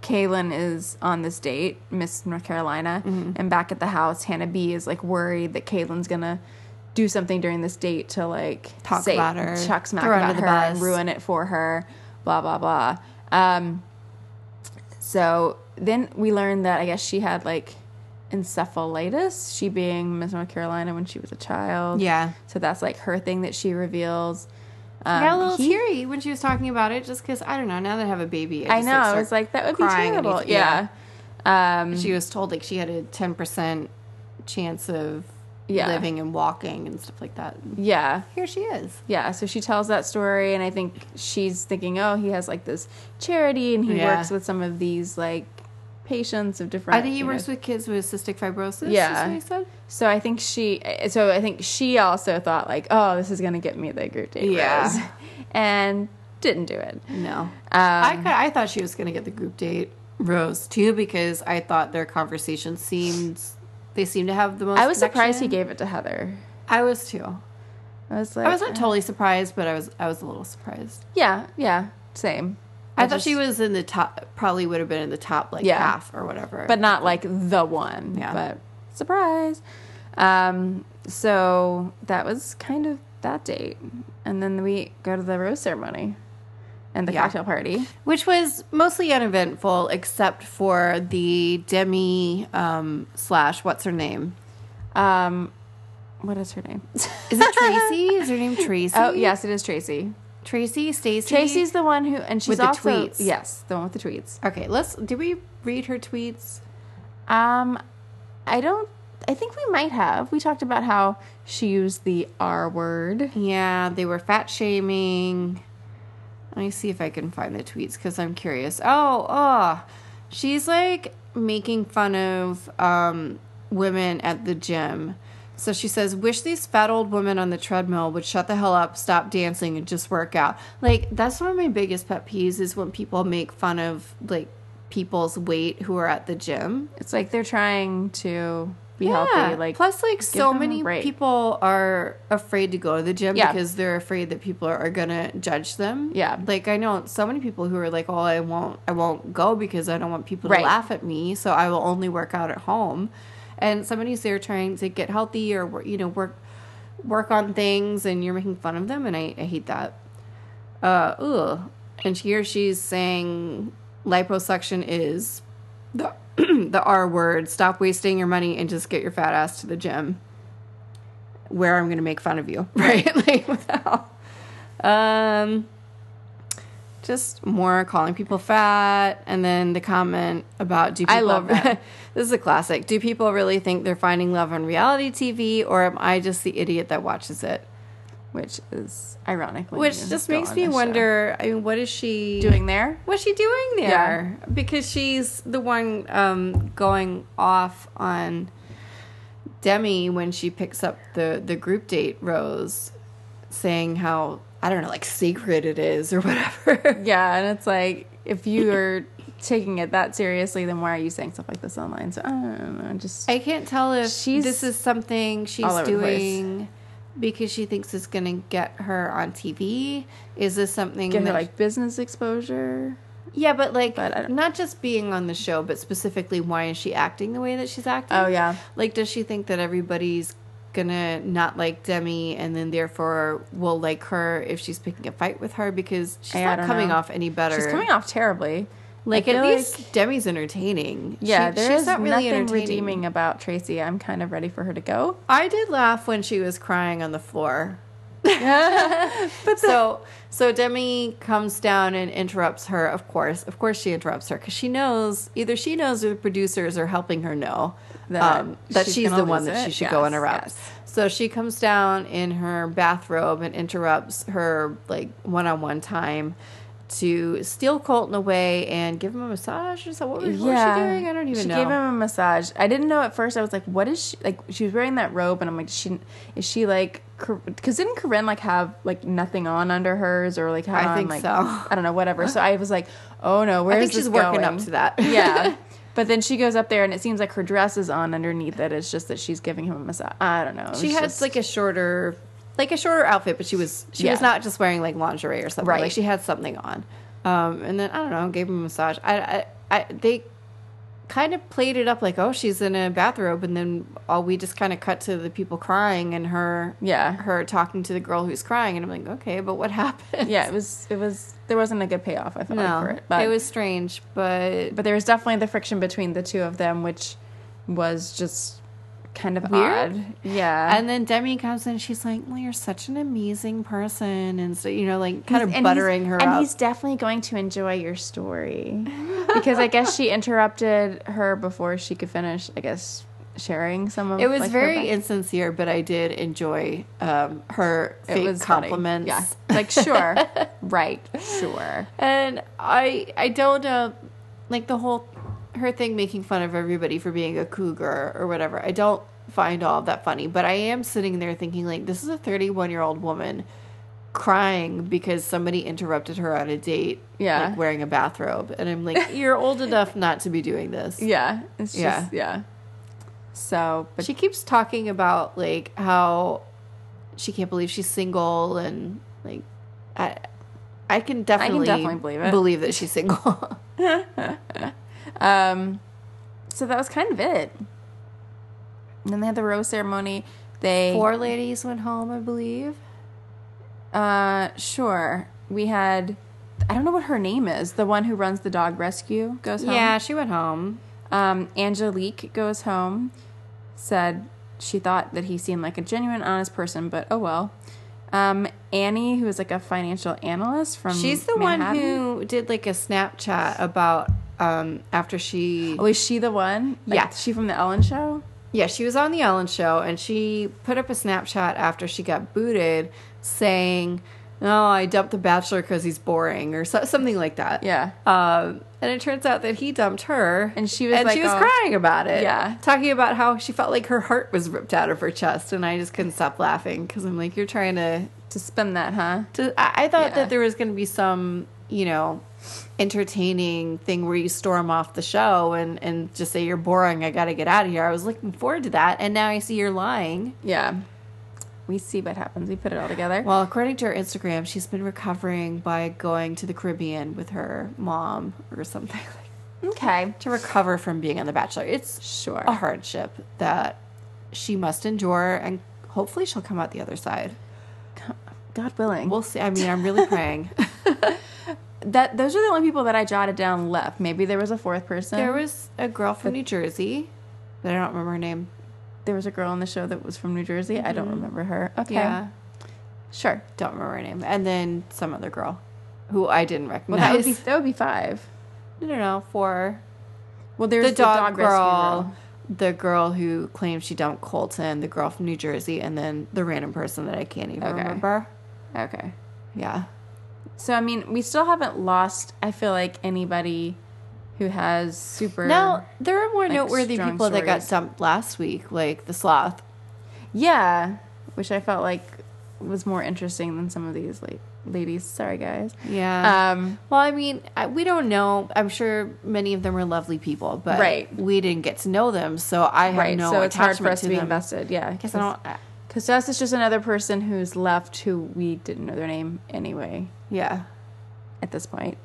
A: Kaylin is on this date,
B: Mm-hmm.
A: Miss North Carolina, and back at the house, Hannah B is like worried that Kaylin's gonna do something during this date to like
B: Talk about her,
A: talk smack
B: throw her
A: about
B: under
A: her,
B: the bus.
A: ruin it for her, blah blah blah. Um, so then we learned that I guess she had like encephalitis, she being Miss North Carolina when she was a child.
B: Yeah.
A: So that's like her thing that she reveals.
B: I
A: Um,
B: got a little
A: he-
B: teary when she was talking about it, just because I don't know. Now that I have a baby,
A: I
B: just,
A: know. I
B: start
A: was like, that would be
B: crying and
A: terrible.
B: you-
A: yeah. Um,
B: She was told like she had a ten percent chance of
A: Yeah.
B: living and walking and stuff like that.
A: yeah.
B: Here she is.
A: Yeah, so she tells that story, and I think she's thinking, oh, he has like this charity, and he
B: Yeah.
A: works with some of these like patients of different.
B: I think he
A: you know-
B: works with kids with cystic fibrosis.
A: Yeah.
B: is what he said.
A: So I think she, so I think she also thought like, oh, this is gonna get me the group date,
B: Yeah.
A: rose. and didn't do it.
B: No, I
A: Um,
B: could, I thought she was going to get the group date rose too because I thought their conversation seemed they seemed to have the most.
A: I was surprised he
B: connection.
A: gave it to Heather.
B: I was too.
A: I Oh, was like, uh,
B: I wasn't totally surprised, but I was I was a little surprised.
A: yeah, yeah, same.
B: I, thought she was in the top. Probably would have been in the top like
A: Yeah.
B: half or whatever.
A: but not like the one.
B: Yeah.
A: But surprise. Um, so that was kind of that date, and then we go to the rose ceremony and the
B: Yeah.
A: cocktail party.
B: which was mostly uneventful except for the Demi um, slash what's her name?
A: Um, what is her name?
B: Is it Tracy? is her name Tracy?
A: oh yes, it is Tracy.
B: Tracy Stacy.
A: Tracy's the one who, and she's
B: With the
A: also
B: tweets.
A: yes, the one with the tweets.
B: Okay, let's. Did we read her tweets?
A: Um, I don't. I think we might have. We talked about how she used the R word.
B: Yeah, they were fat shaming. Let me see if I can find the tweets because I'm curious. Oh, oh, she's like making fun of um, women at the gym. So she says, "Wish these fat old women on the treadmill would shut the hell up, stop dancing, and just work out." Like that's one of my biggest pet peeves is when people make fun of like people's weight who are at the gym.
A: It's like they're trying to be
B: Yeah.
A: healthy. Like
B: plus like so
A: them a
B: many
A: break.
B: people are afraid to go to the gym
A: Yeah.
B: because they're afraid that people are, are gonna judge them
A: Yeah.
B: like i know so many people who are like oh i won't i won't go because i don't want people to
A: Right.
B: laugh at me so i will only work out at home and somebody's there trying to get healthy or wor- you know work work on things and you're making fun of them and i, I hate that uh ugh. and here she's saying liposuction is the the R word. Stop wasting your money and just get your fat ass to the gym. Where I'm going to make fun of you, right? like what the hell? Um, just more calling people fat, and then the comment about do people
A: I love that.
B: this is a classic. Do people really think they're finding love on reality TV, or am I just the idiot that watches it?
A: which is ironic. when
B: Which
A: you
B: just
A: go
B: makes
A: on
B: me
A: the show.
B: wonder. I mean, what is she
A: doing there.
B: What's she doing there? Because she's the one um, going off on Demi when she picks up the, the group date rose, saying how, I don't know, like sacred it is or whatever.
A: Yeah, and it's like if you are taking it that seriously, then why are you saying stuff like this online? So I don't know. Just
B: I can't tell if
A: She's
B: this is something
A: all
B: she's
A: over the place.
B: doing because she thinks it's going to get her on TV. Is this something
A: get her
B: that
A: like business exposure.
B: Yeah, but like
A: But I don't-
B: not just being on the show, but specifically why is she acting the way that she's acting?
A: Oh, yeah.
B: Like does she think that everybody's gonna not like Demi and then therefore will like her if she's picking a fight with her because she's
A: I
B: not
A: don't
B: coming
A: know.
B: off any better.
A: She's coming off terribly.
B: like
A: I
B: at
A: feel
B: least Demi's entertaining.
A: yeah,
B: She-
A: there
B: she's
A: is
B: not really
A: nothing
B: entertaining.
A: redeeming about Tracy. I'm kind of ready for her to go.
B: I did laugh when she was crying on the floor. but so so Demi comes down and interrupts her. Of course, of course, she interrupts her because she knows either she knows or the producers are helping her know
A: That
B: um, that
A: she's
B: she's,
A: gonna
B: the one
A: lose
B: that she
A: it?
B: should go
A: Yes,
B: interrupt.
A: yes.
B: So she comes down in her bathrobe and interrupts her like one on one time to steal Colton away and give him a massage or something. What was, what was she doing? I don't even
A: she
B: know.
A: gave him a massage. I didn't know at first. I was like, "What is she like?" She was wearing that robe, and I'm like, "Is she is she like?" Because didn't Corinne like have like nothing on under hers or like have
B: I
A: on,
B: think
A: like
B: so.
A: I don't know whatever. So I was like, "Oh no, where
B: I
A: is
B: think
A: this
B: she's working
A: going?
B: up to that.
A: yeah. But then she goes up there, and it seems like her dress is on underneath it. It's just that she's giving him a massage. I don't know. It
B: she
A: was
B: had
A: just-
B: like a shorter like a shorter outfit but she was she was
A: Yeah.
B: not just wearing like lingerie or something like
A: Right.
B: she had something on um and then i don't know gave him a massage i i, I they kind of played it up like, oh, she's in a bathrobe, and then all we just kind of cut to the people crying and her,
A: Yeah.
B: her talking to the girl who's crying, and I'm like, okay, but what happened?
A: Yeah, it was it was there wasn't a good payoff I thought
B: no,
A: for it,
B: it,
A: but
B: was strange, but
A: but there was definitely the friction between the two of them, which was just kind of
B: Weird?
A: odd. Yeah,
B: And then Demi comes in, she's like, "Well, you're such an amazing person," and so you know, like
A: He's-
B: kind of
A: and he's-
B: buttering her
A: and
B: up.
A: he's definitely going to enjoy your story because I guess she interrupted her before she could finish. I guess sharing some of
B: It was
A: Um, like, her
B: very
A: back-
B: insincere, but I did enjoy um, her
A: It
B: fake
A: was funny.
B: compliments.
A: Yeah, like sure, right, sure.
B: And I, I don't know, like the whole her thing making fun of everybody for being a cougar or whatever. I don't find all of that funny, but I am sitting there thinking like, this is a 31 year old woman crying because somebody interrupted her on a date
A: Yeah.
B: like wearing a bathrobe and i'm like you're old enough not to be doing this
A: Yeah, it's
B: Yeah.
A: just yeah. So, but
B: she keeps talking about like how she can't believe she's single and like I I can definitely
A: definitely believe it.
B: that she's single.
A: Um, so that was kind of it. And then they had the rose ceremony. They
B: Four ladies went home, I believe.
A: uh sure we had I don't know what her name is. The one who runs the dog rescue goes home.
B: Yeah, she went home.
A: Um, Angelique goes home. Said she thought that he seemed like a genuine, honest person, but oh well. Um, Annie, who is like a financial analyst from
B: She's the one
A: Manhattan.
B: who did like a Snapchat about um after she
A: Oh, is she the one?
B: Yeah.
A: she from the Ellen Show.
B: Yeah, she was on the Ellen show and she put up a Snapchat after she got booted saying, "Oh, I dumped the bachelor cuz he's boring" or so- something like that.
A: Yeah,
B: Um, and it turns out that he dumped her,
A: And she was
B: and
A: like,
B: she was
A: "Oh."
B: crying about it.
A: Yeah.
B: talking about how she felt like her heart was ripped out of her chest, and I just couldn't stop laughing because I'm like, you're trying to.
A: to spin that, huh?
B: to I, I thought
A: Yeah.
B: that there was going to be some, you know, entertaining thing where you storm off the show and and just say you're boring. I got to get out of here. I was looking forward to that, and now I see you're lying.
A: Yeah. We see what happens. We put it all together.
B: Well, according to her Instagram, she's been recovering by going to the Caribbean with her mom or something like
A: Okay.
B: to recover from being on The Bachelor. It's
A: Sure.
B: a hardship that she must endure, and hopefully she'll come out the other side.
A: God willing. Well,
B: We'll see. I mean, I'm really praying.
A: that those are the only people that I jotted down left. Maybe there was a fourth person.
B: there was a girl from New Jersey, but I don't remember her name.
A: There was a girl on the show that was from New Jersey. I don't remember her. Okay.
B: Mm-hmm. Yeah,
A: Sure.
B: don't remember her name. And then some other girl who I didn't
A: Well,
B: recognize.
A: that would be that would be five.
B: I don't know for
A: Well,
B: the
A: there's
B: dog,
A: the dog, rescue
B: girl,
A: girl.
B: the girl who claimed she dumped Colton, the girl from New Jersey, and then the random person that I can't even
A: Okay.
B: remember.
A: Okay.
B: Yeah.
A: So I mean, we still haven't lost. I feel like anybody who has super.
B: Now there are more
A: like,
B: noteworthy
A: strong
B: people that got
A: stories.
B: dumped last week, like the sloth.
A: Yeah, which I felt like was more interesting than some of these like ladies. Sorry, guys.
B: Yeah.
A: Um.
B: well, I mean, I, we don't know. I'm sure many of them were lovely people, but
A: Right.
B: we didn't get to know them, so I have
A: right.
B: no
A: so it's hard
B: attachment
A: for us to,
B: to,
A: be
B: them.
A: invested. Yeah. Because
B: I don't. I-
A: Because to us, it's just another person who's left who we didn't know their name anyway
B: yeah.
A: at this point.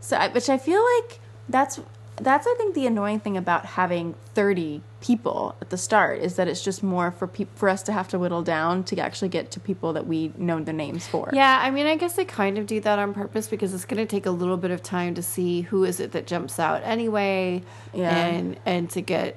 A: So, I, which I feel like that's that's I think the annoying thing about having thirty people at the start is that it's just more for peop for us to have to whittle down to actually get to people that we know their names for.
B: Yeah, I mean, I guess they kind of do that on purpose because it's going to take a little bit of time to see who is it that jumps out anyway,
A: Yeah.
B: and and to get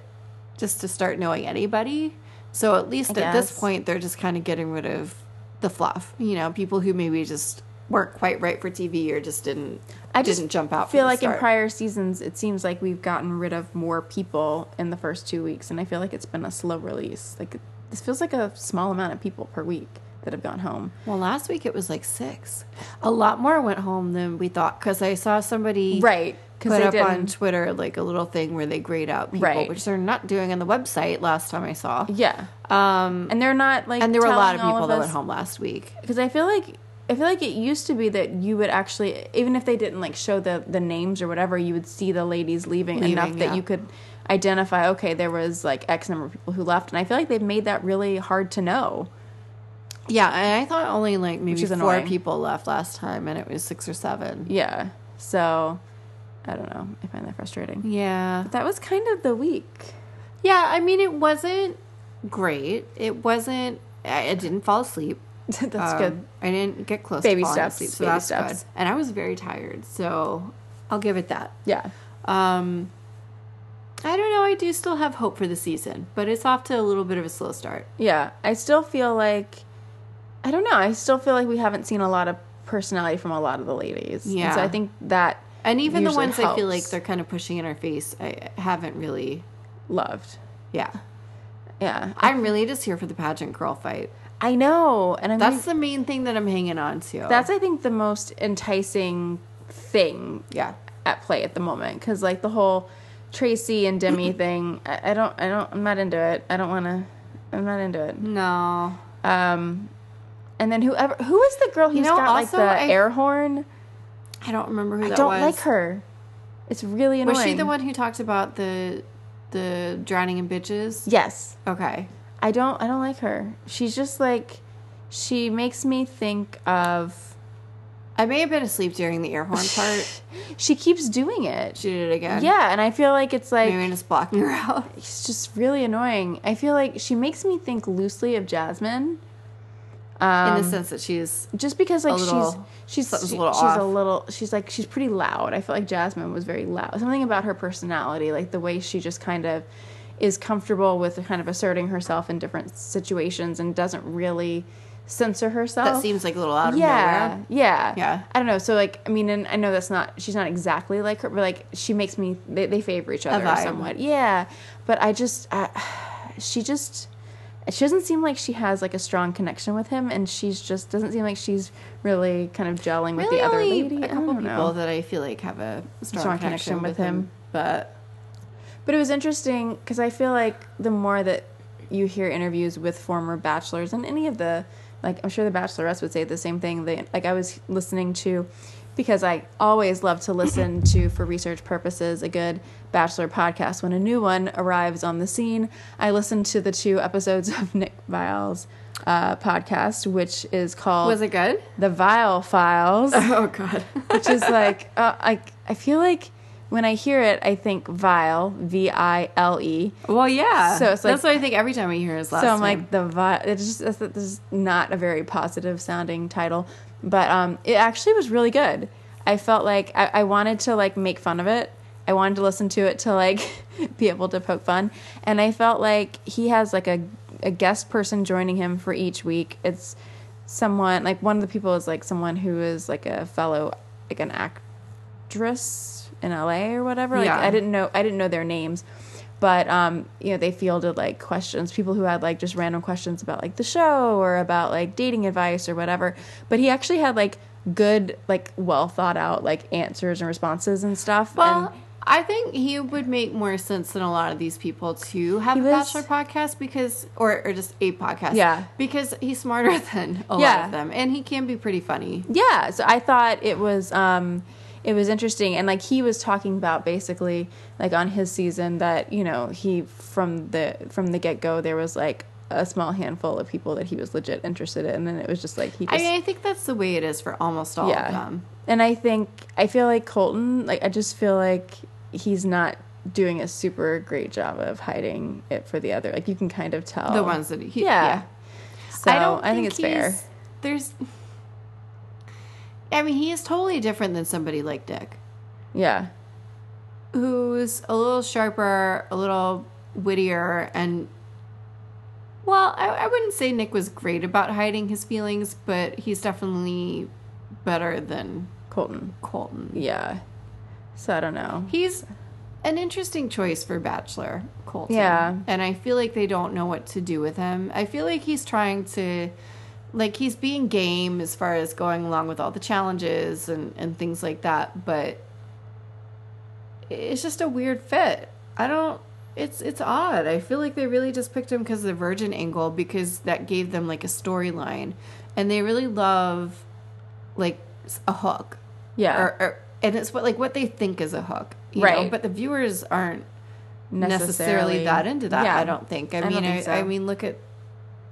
B: just to start knowing anybody. So at least
A: I
B: at
A: guess.
B: this point, they're just kind of getting rid of the fluff. You know, people who maybe just weren't quite right for TV or just didn't.
A: I just
B: didn't jump out.
A: feel
B: from the
A: like in
B: start.
A: prior seasons, it seems like we've gotten rid of more people in the first two weeks, and I feel like it's been a slow release. Like this feels like a small amount of people per week that have gone home.
B: Well, last week it was like six. A lot more went home than we thought because I saw somebody
A: Right, 'cause
B: put
A: they
B: up on
A: didn't-
B: Twitter like a little thing where they grade out people,
A: Right.
B: which they're not doing on the website. Last time I saw,
A: Yeah,
B: um,
A: and they're not like
B: and there were a lot of people that went home last week.
A: because I feel like I feel like it used to be that you would actually even if they didn't like show the the names or whatever, you would see the ladies leaving,
B: Leaving,
A: enough that
B: yeah.
A: you could identify okay there was like x number of people who left and i feel like they've made that really hard to know
B: Yeah, and I thought only like maybe
A: is
B: four
A: annoying.
B: people left last time, and it was six or seven.
A: Yeah. So I don't know. I find that frustrating.
B: Yeah.
A: That was kind of the week.
B: Yeah, I mean, it wasn't great. It wasn't. I, I didn't fall asleep.
A: That's
B: Um,
A: good.
B: I didn't get close.
A: Baby
B: to falling
A: steps,
B: Asleep, so
A: baby
B: that's
A: steps.
B: good. And I was very tired, so I'll give it that.
A: Yeah.
B: Um, I don't know. I do still have hope for the season, but it's off to a little bit of a slow start.
A: Yeah. I still feel like I don't know. I still feel like we haven't seen a lot of personality from a lot of the ladies. And
B: Yeah.
A: so I think that
B: And even the
A: Usually
B: ones I feel like
A: helps.
B: they're kind of pushing in our face, I haven't really.
A: loved.
B: Yeah,
A: Yeah.
B: I'm really just here for the pageant girl fight.
A: I know. And I'm
B: That's the main thing that I'm hanging on to.
A: that's I think the most enticing thing
B: yeah.
A: at play at the moment because like the whole Tracy and Demi thing, I, I don't, I don't, I'm not into it. I don't want to. I'm not into it.
B: No,
A: Um, and then whoever, who is the girl who's
B: know,
A: got like
B: also,
A: the
B: I-
A: air horn?
B: I don't remember who
A: I
B: that
A: don't
B: was.
A: like her. It's really annoying.
B: Was she the one who talked about the the drowning in bitches?
A: Yes,
B: Okay.
A: I don't, I don't like her. She's just like, she makes me think of.
B: I may have been asleep during the air horn part.
A: She keeps doing it.
B: she did it again.
A: Yeah, and I feel like it's like
B: Maybe I'm just blocking her out.
A: it's just really annoying. I feel like she makes me think loosely of Jasmine. Um,
B: in the sense that she's
A: just because like
B: a little-
A: she's she's
B: something's a
A: she-
B: little
A: she's a
B: off.
A: little she's like she's pretty loud. I feel like Jasmine was very loud. Something about her personality, like the way she just kind of is comfortable with kind of asserting herself in different situations and doesn't really censor herself.
B: that seems like a little out of
A: yeah,
B: nowhere.
A: yeah,
B: Yeah.
A: I don't know. So like, I mean, and I know that's not she's not exactly like her, but like she makes me they, they favor each other
B: vibe.
A: somewhat. Yeah, but I just I, she just she doesn't seem like she has like a strong connection with him, and she's just doesn't seem like she's really kind of gelling with
B: Really
A: the other
B: only
A: lady.
B: a
A: I
B: couple
A: don't
B: people
A: know.
B: that I feel like have a strong,
A: Strong
B: connection, with him. But
A: But it was interesting because I feel like the more that you hear interviews with former bachelors and any of the, like, I'm sure the bachelorettes would say the same thing. They, like, I was listening to, because I always love to listen to, for research purposes, a good bachelor podcast. When a new one arrives on the scene, I listened to the two episodes of Nick Vile's uh, podcast, which is called
B: was it good?
A: The Vile Files
B: Oh god.
A: which is like uh, I I feel like when I hear it, I think vile, V I L E.
B: well, yeah.
A: So it's like-
B: that's what I think every time I hear his last.
A: So I'm
B: name.
A: like the vile. It's just it's, this is not a very positive sounding title, but um, it actually was really good. I felt like I, I wanted to like make fun of it. I wanted to listen to it to like be able to poke fun, and I felt like he has like a a guest person joining him for each week. It's someone like one of the people is like someone who is like a fellow like an act actress in LA or whatever. Like
B: Yeah.
A: I didn't know I didn't know their names. But um, you know, they fielded like questions, people who had like just random questions about like the show or about like dating advice or whatever. But he actually had like good, like well thought out like answers and responses and stuff.
B: Well,
A: and
B: I think he would make more sense than a lot of these people to have
A: He
B: a
A: was-
B: bachelor podcast because, or, or just a podcast.
A: Yeah.
B: Because he's smarter than a lot
A: Yeah.
B: of them and he can be pretty funny.
A: yeah so i thought it was um it was interesting and like he was talking about basically like on his season that you know he from the from the get-go there was like a small handful of people that he was legit interested in and it was just like he just
B: I mean, I think that's the way it is for almost all of them.
A: and I think I feel like Colton, like I just feel like he's not doing a super great job of hiding it for the other. Like you can kind of tell
B: The ones that he,
A: yeah.
B: yeah.
A: So I don't. I think, it's fair.
B: he's- There's, I mean, he is totally different than somebody like Dick,
A: Yeah.
B: who's a little sharper, a little wittier, and well, I, I wouldn't say Nick was great about hiding his feelings, but he's definitely better than
A: Colton.
B: Colton.
A: Yeah. So I don't know.
B: He's an interesting choice for Bachelor, Colton.
A: Yeah.
B: And I feel like they don't know what to do with him. I feel like he's trying to, like, he's being game as far as going along with all the challenges and, and things like that, but it's just a weird fit. I don't. It's it's odd. I feel like they really just picked him because of the virgin angle because that gave them like a storyline, and they really love like s- a hook
A: Yeah.
B: or, or and it's what like what they think is a hook, you Know?
A: Right.
B: But the viewers aren't necessarily, that into that. I don't think. I
A: don't
B: mean,
A: think
B: I,
A: so.
B: I mean, look at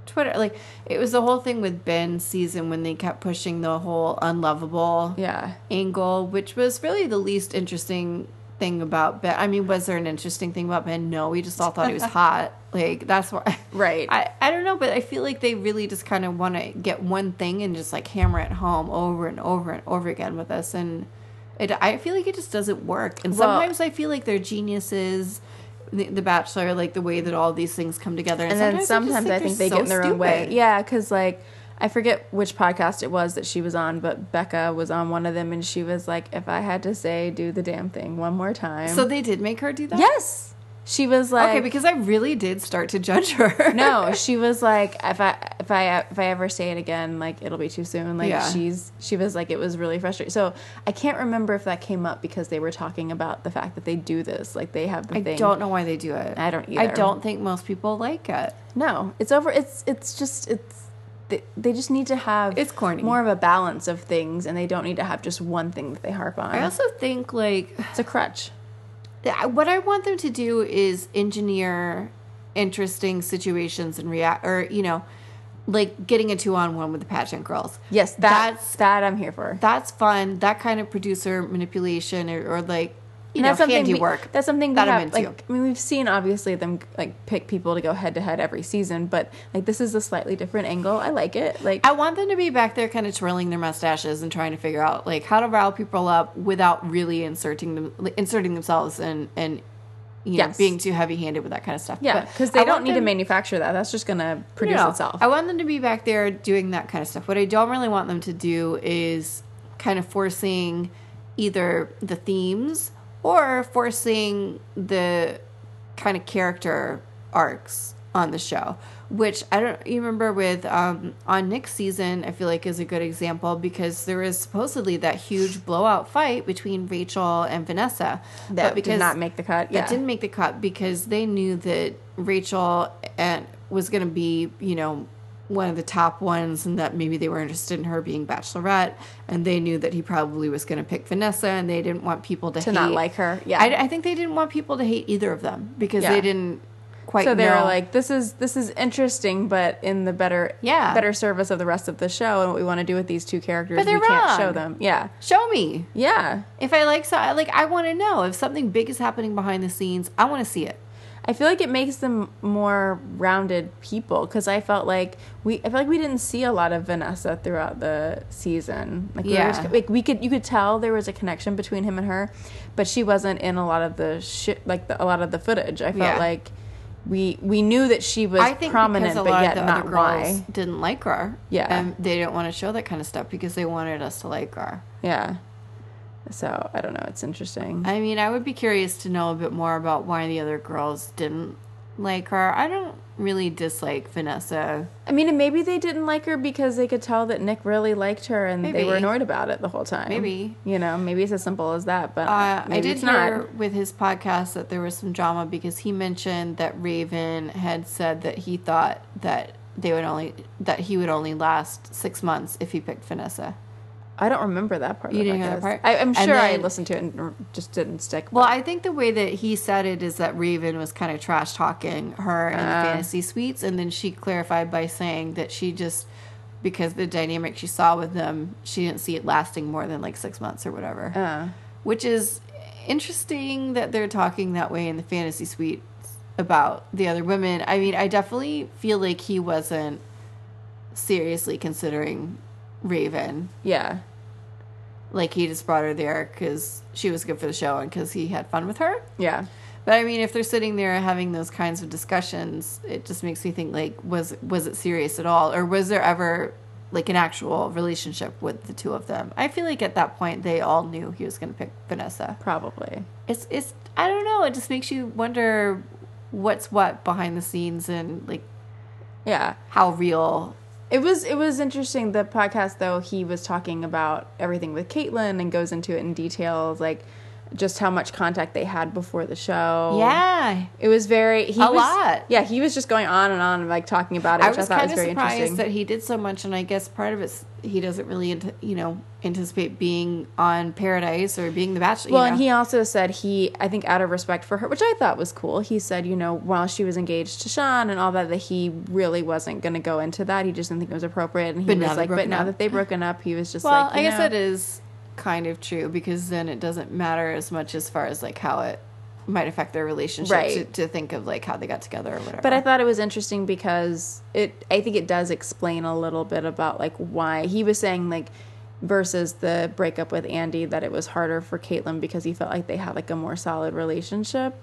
B: Twitter. Like it was the whole thing with Ben's season when they kept pushing the whole unlovable
A: Yeah.
B: angle, which was really the least interesting thing about Ben. I mean, was there an interesting thing about Ben? No, we just all thought he was hot. Like that's why,
A: Right.
B: I I don't know, but I feel like they really just kind of want to get one thing and just like hammer it home over and over and over again with us, and it I feel like it just doesn't work. And
A: Well-
B: sometimes I feel like they're geniuses. The, the Bachelor, like the way that all these things come together,
A: and then sometimes I think they get in their own way.
B: Yeah,
A: Yeah, because like I forget which podcast it was that she was on, but Becca was on one of them, and she was like, "If I had to say do the damn thing one more time,"
B: so they did make her do that.
A: yes, she was like,
B: okay, because I really did start to judge her.
A: no, she was like, if I if I if I ever say it again, like it'll be too soon. Like
B: Yeah.
A: she's she was like, it was really frustrating. So I can't remember if that came up because they were talking about the fact that they do this, like they have the
B: I
A: thing.
B: don't know why they do it.
A: I don't
B: I
A: either.
B: don't think most people like it.
A: No, it's over. It's it's just it's they, they just need to have
B: It's corny.
A: more of a balance of things, and they don't need to have just one thing that they harp on.
B: I also think like
A: it's a crutch.
B: th- what I want them to do is engineer interesting situations and react, or you know, like getting a two-on-one with the pageant girls.
A: Yes, that,
B: that's
A: that's that I'm here for.
B: that's fun. That kind of producer manipulation or, or like you
A: And
B: know
A: that's something we-
B: handiwork.
A: that's something we
B: that I'm
A: have.
B: into.
A: Like, I mean, we've seen obviously them like pick people to go head to head every season, but like this is a slightly different angle. I like it. Like
B: I want them to be back there, kind of twirling their mustaches and trying to figure out like how to rile people up without really inserting them, like, inserting themselves and and you know
A: Yes.
B: being too heavy handed with that kind of stuff.
A: yeah,
B: But
A: because they
B: I
A: don't
B: want
A: need to
B: them-
A: manufacture that. That's just gonna
B: no,
A: produce
B: no.
A: itself.
B: I want them to be back there doing that kind of stuff. What I don't really want them to do is kind of forcing either the themes or forcing the kind of character arcs on the show. Which I don't you remember with um, on Nick's season, I feel like is a good example because there was supposedly that huge blowout fight between Rachel and Vanessa.
A: that did not make the cut. Yeah,
B: That didn't make the cut because they knew that Rachel and was going to be, you know, one of the top ones, and that maybe they were interested in her being bachelorette, and they knew that he probably was going to pick Vanessa, and they didn't want people to
A: to not
B: hate-
A: like her. Yeah,
B: I, I think they didn't want people to hate either of them because
A: Yeah.
B: they didn't quite.
A: so they
B: know.
A: were like this is this is interesting but in the better
B: Yeah.
A: better service of the rest of the show and what we want to do with these two characters
B: But they're
A: we can't show
B: wrong.
A: them yeah
B: "Show me
A: yeah
B: if I like so I like I want to know if something big is happening behind the scenes. I want to see it."
A: i feel like it makes them more rounded people because i felt like we i felt like we didn't see a lot of vanessa throughout the season like we were
B: Yeah.
A: just- like we could you could tell there was a connection between him and her but she wasn't in a lot of the shit like the, a lot of the footage i felt
B: Yeah.
A: like we we knew that she was
B: I think
A: prominent
B: because a
A: but
B: lot
A: yet
B: of the
A: not
B: other girls
A: why
B: didn't like her.
A: Yeah.
B: and they didn't want to show that kind of stuff because they wanted us to like her.
A: yeah so i don't know it's interesting
B: I mean, I would be curious to know a bit more about why the other girls didn't like her. I don't really dislike Vanessa.
A: I mean, and maybe they didn't like her because they could tell that Nick really liked her and they
B: Maybe.
A: were annoyed about it the whole time.
B: Maybe.
A: You know, maybe it's as simple as that, but
B: Uh,
A: maybe
B: I did
A: it's
B: hear
A: not.
B: with his podcast that there was some drama because he mentioned that Raven had said that he thought that they would only that he would only last six months if he picked Vanessa.
A: I don't remember that part.
B: You
A: of
B: didn't
A: it,
B: hear
A: I
B: that part?
A: guess. I, I'm
B: And
A: sure I
B: then-
A: listened to it and r- just didn't stick.
B: Well, I think the way that he said it is that Raven was kind of trash talking her and the fantasy suites, and then she clarified by saying that she just because the dynamic she saw with them, she didn't see it lasting more than like six months or whatever.
A: Uh.
B: Which is interesting that they're talking that way in the fantasy suite about the other women. I mean, I definitely feel like he wasn't seriously considering Raven
A: yeah.
B: like he just brought her there because she was good for the show and because he had fun with her
A: Yeah.
B: but i mean if they're sitting there having those kinds of discussions it just makes me think like was was it serious at all or was there ever like an actual relationship with the two of them i feel like at that point they all knew he was going to pick vanessa
A: Probably.
B: it's it's i don't know it just makes you wonder what's what behind the scenes and like
A: Yeah.
B: how real
A: It was it was interesting. The podcast though, he was talking about everything with Caitlyn and goes into it in detail, like just how much contact they had before the show.
B: Yeah.
A: It was very he
B: A
A: was-
B: lot.
A: Yeah, he was just going on and on and like talking about it,
B: I
A: which I,
B: was
A: thought
B: kind
A: was
B: of
A: very interesting.
B: surprised that he did so much, and I guess part of it's he doesn't really, ant- you know, anticipate being on Paradise or being The Bachelor. you
A: well, and
B: know.
A: he also said he, I think, out of respect for her, which I thought was cool. He said, you know, while she was engaged to Sean and all that, that he really wasn't going to go into that. He just didn't think it was appropriate, and he
B: But now
A: was like,
B: they've
A: but
B: broken
A: now
B: up.
A: that they've broken up, he was just
B: well,
A: like,
B: I guess
A: that
B: that is kind of true because then it doesn't matter as much as far as like how it might affect their relationship
A: Right.
B: to, to think of like how they got together or whatever.
A: But I thought it was interesting because it I think it does explain a little bit about like why he was saying like versus the breakup with Andy that it was harder for Caitlyn because he felt like they had like a more solid relationship.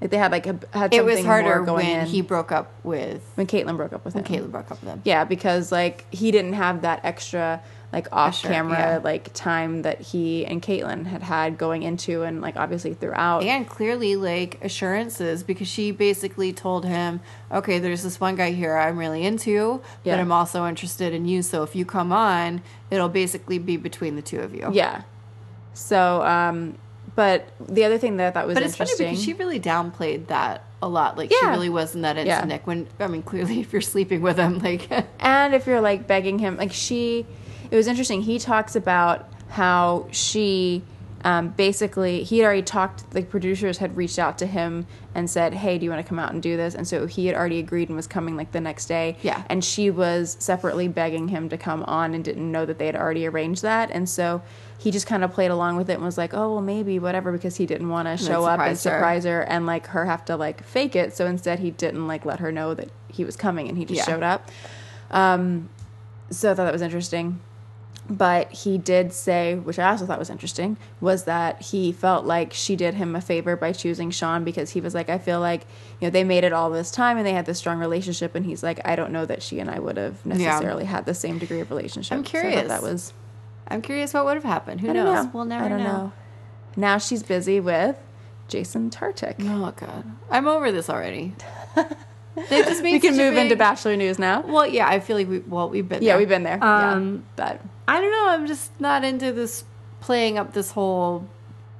A: Like they had like a had something
B: it was harder
A: more going
B: when
A: in
B: he broke up with
A: when Caitlyn broke up with him.
B: Caleb broke up with him.
A: Yeah, because like he didn't have that extra like off
B: Extra,
A: camera
B: yeah.
A: like time that he and Caitlyn had had going into and like obviously throughout.
B: and clearly like assurances because she basically told him okay there's this one guy here i'm really into
A: Yeah.
B: but i'm also interested in you so if you come on it'll basically be between the two of you
A: Yeah. So, um, but the other thing that I thought was
B: but it's funny
A: interesting.
B: because she really downplayed that a lot like she
A: Yeah.
B: really wasn't that into
A: Yeah.
B: nick when i mean clearly if you're sleeping with him like
A: and if you're like begging him, like she, it was interesting. He talks about how she, um, basically, he had already talked. The producers had reached out to him and said, "Hey, do you want to come out and do this?" And so he had already agreed and was coming like the next day.
B: Yeah.
A: And she was separately begging him to come on and didn't know that they had already arranged that. And so he just kind of played along with it and was like, "Oh, well, maybe whatever," because he didn't want to show up and
B: surprised her.
A: surprise supervisor and like her have to like fake it. So instead, he didn't like let her know that he was coming, and he just
B: Yeah.
A: showed up. Um, so I thought that was interesting. But he did say, which I also thought was interesting, was that he felt like she did him a favor by choosing Sean because he was like, I feel like, you know, they made it all this time and they had this strong relationship. And he's like, I don't know that she and I would have necessarily had the same degree of relationship.
B: I'm
A: So I thought
B: curious.
A: that was,
B: i'm curious what would have happened who
A: I don't
B: knows
A: know.
B: we'll never
A: I don't
B: know.
A: know. Now she's busy with Jason Tartik.
B: oh god i'm over this already they just made
A: we can
B: such a
A: move into
B: big-
A: bachelor news now.
B: well yeah i feel like we well we've been
A: Yeah,
B: there.
A: we've been there.
B: Um,
A: yeah, but
B: I don't know. I'm just not into this playing up this whole.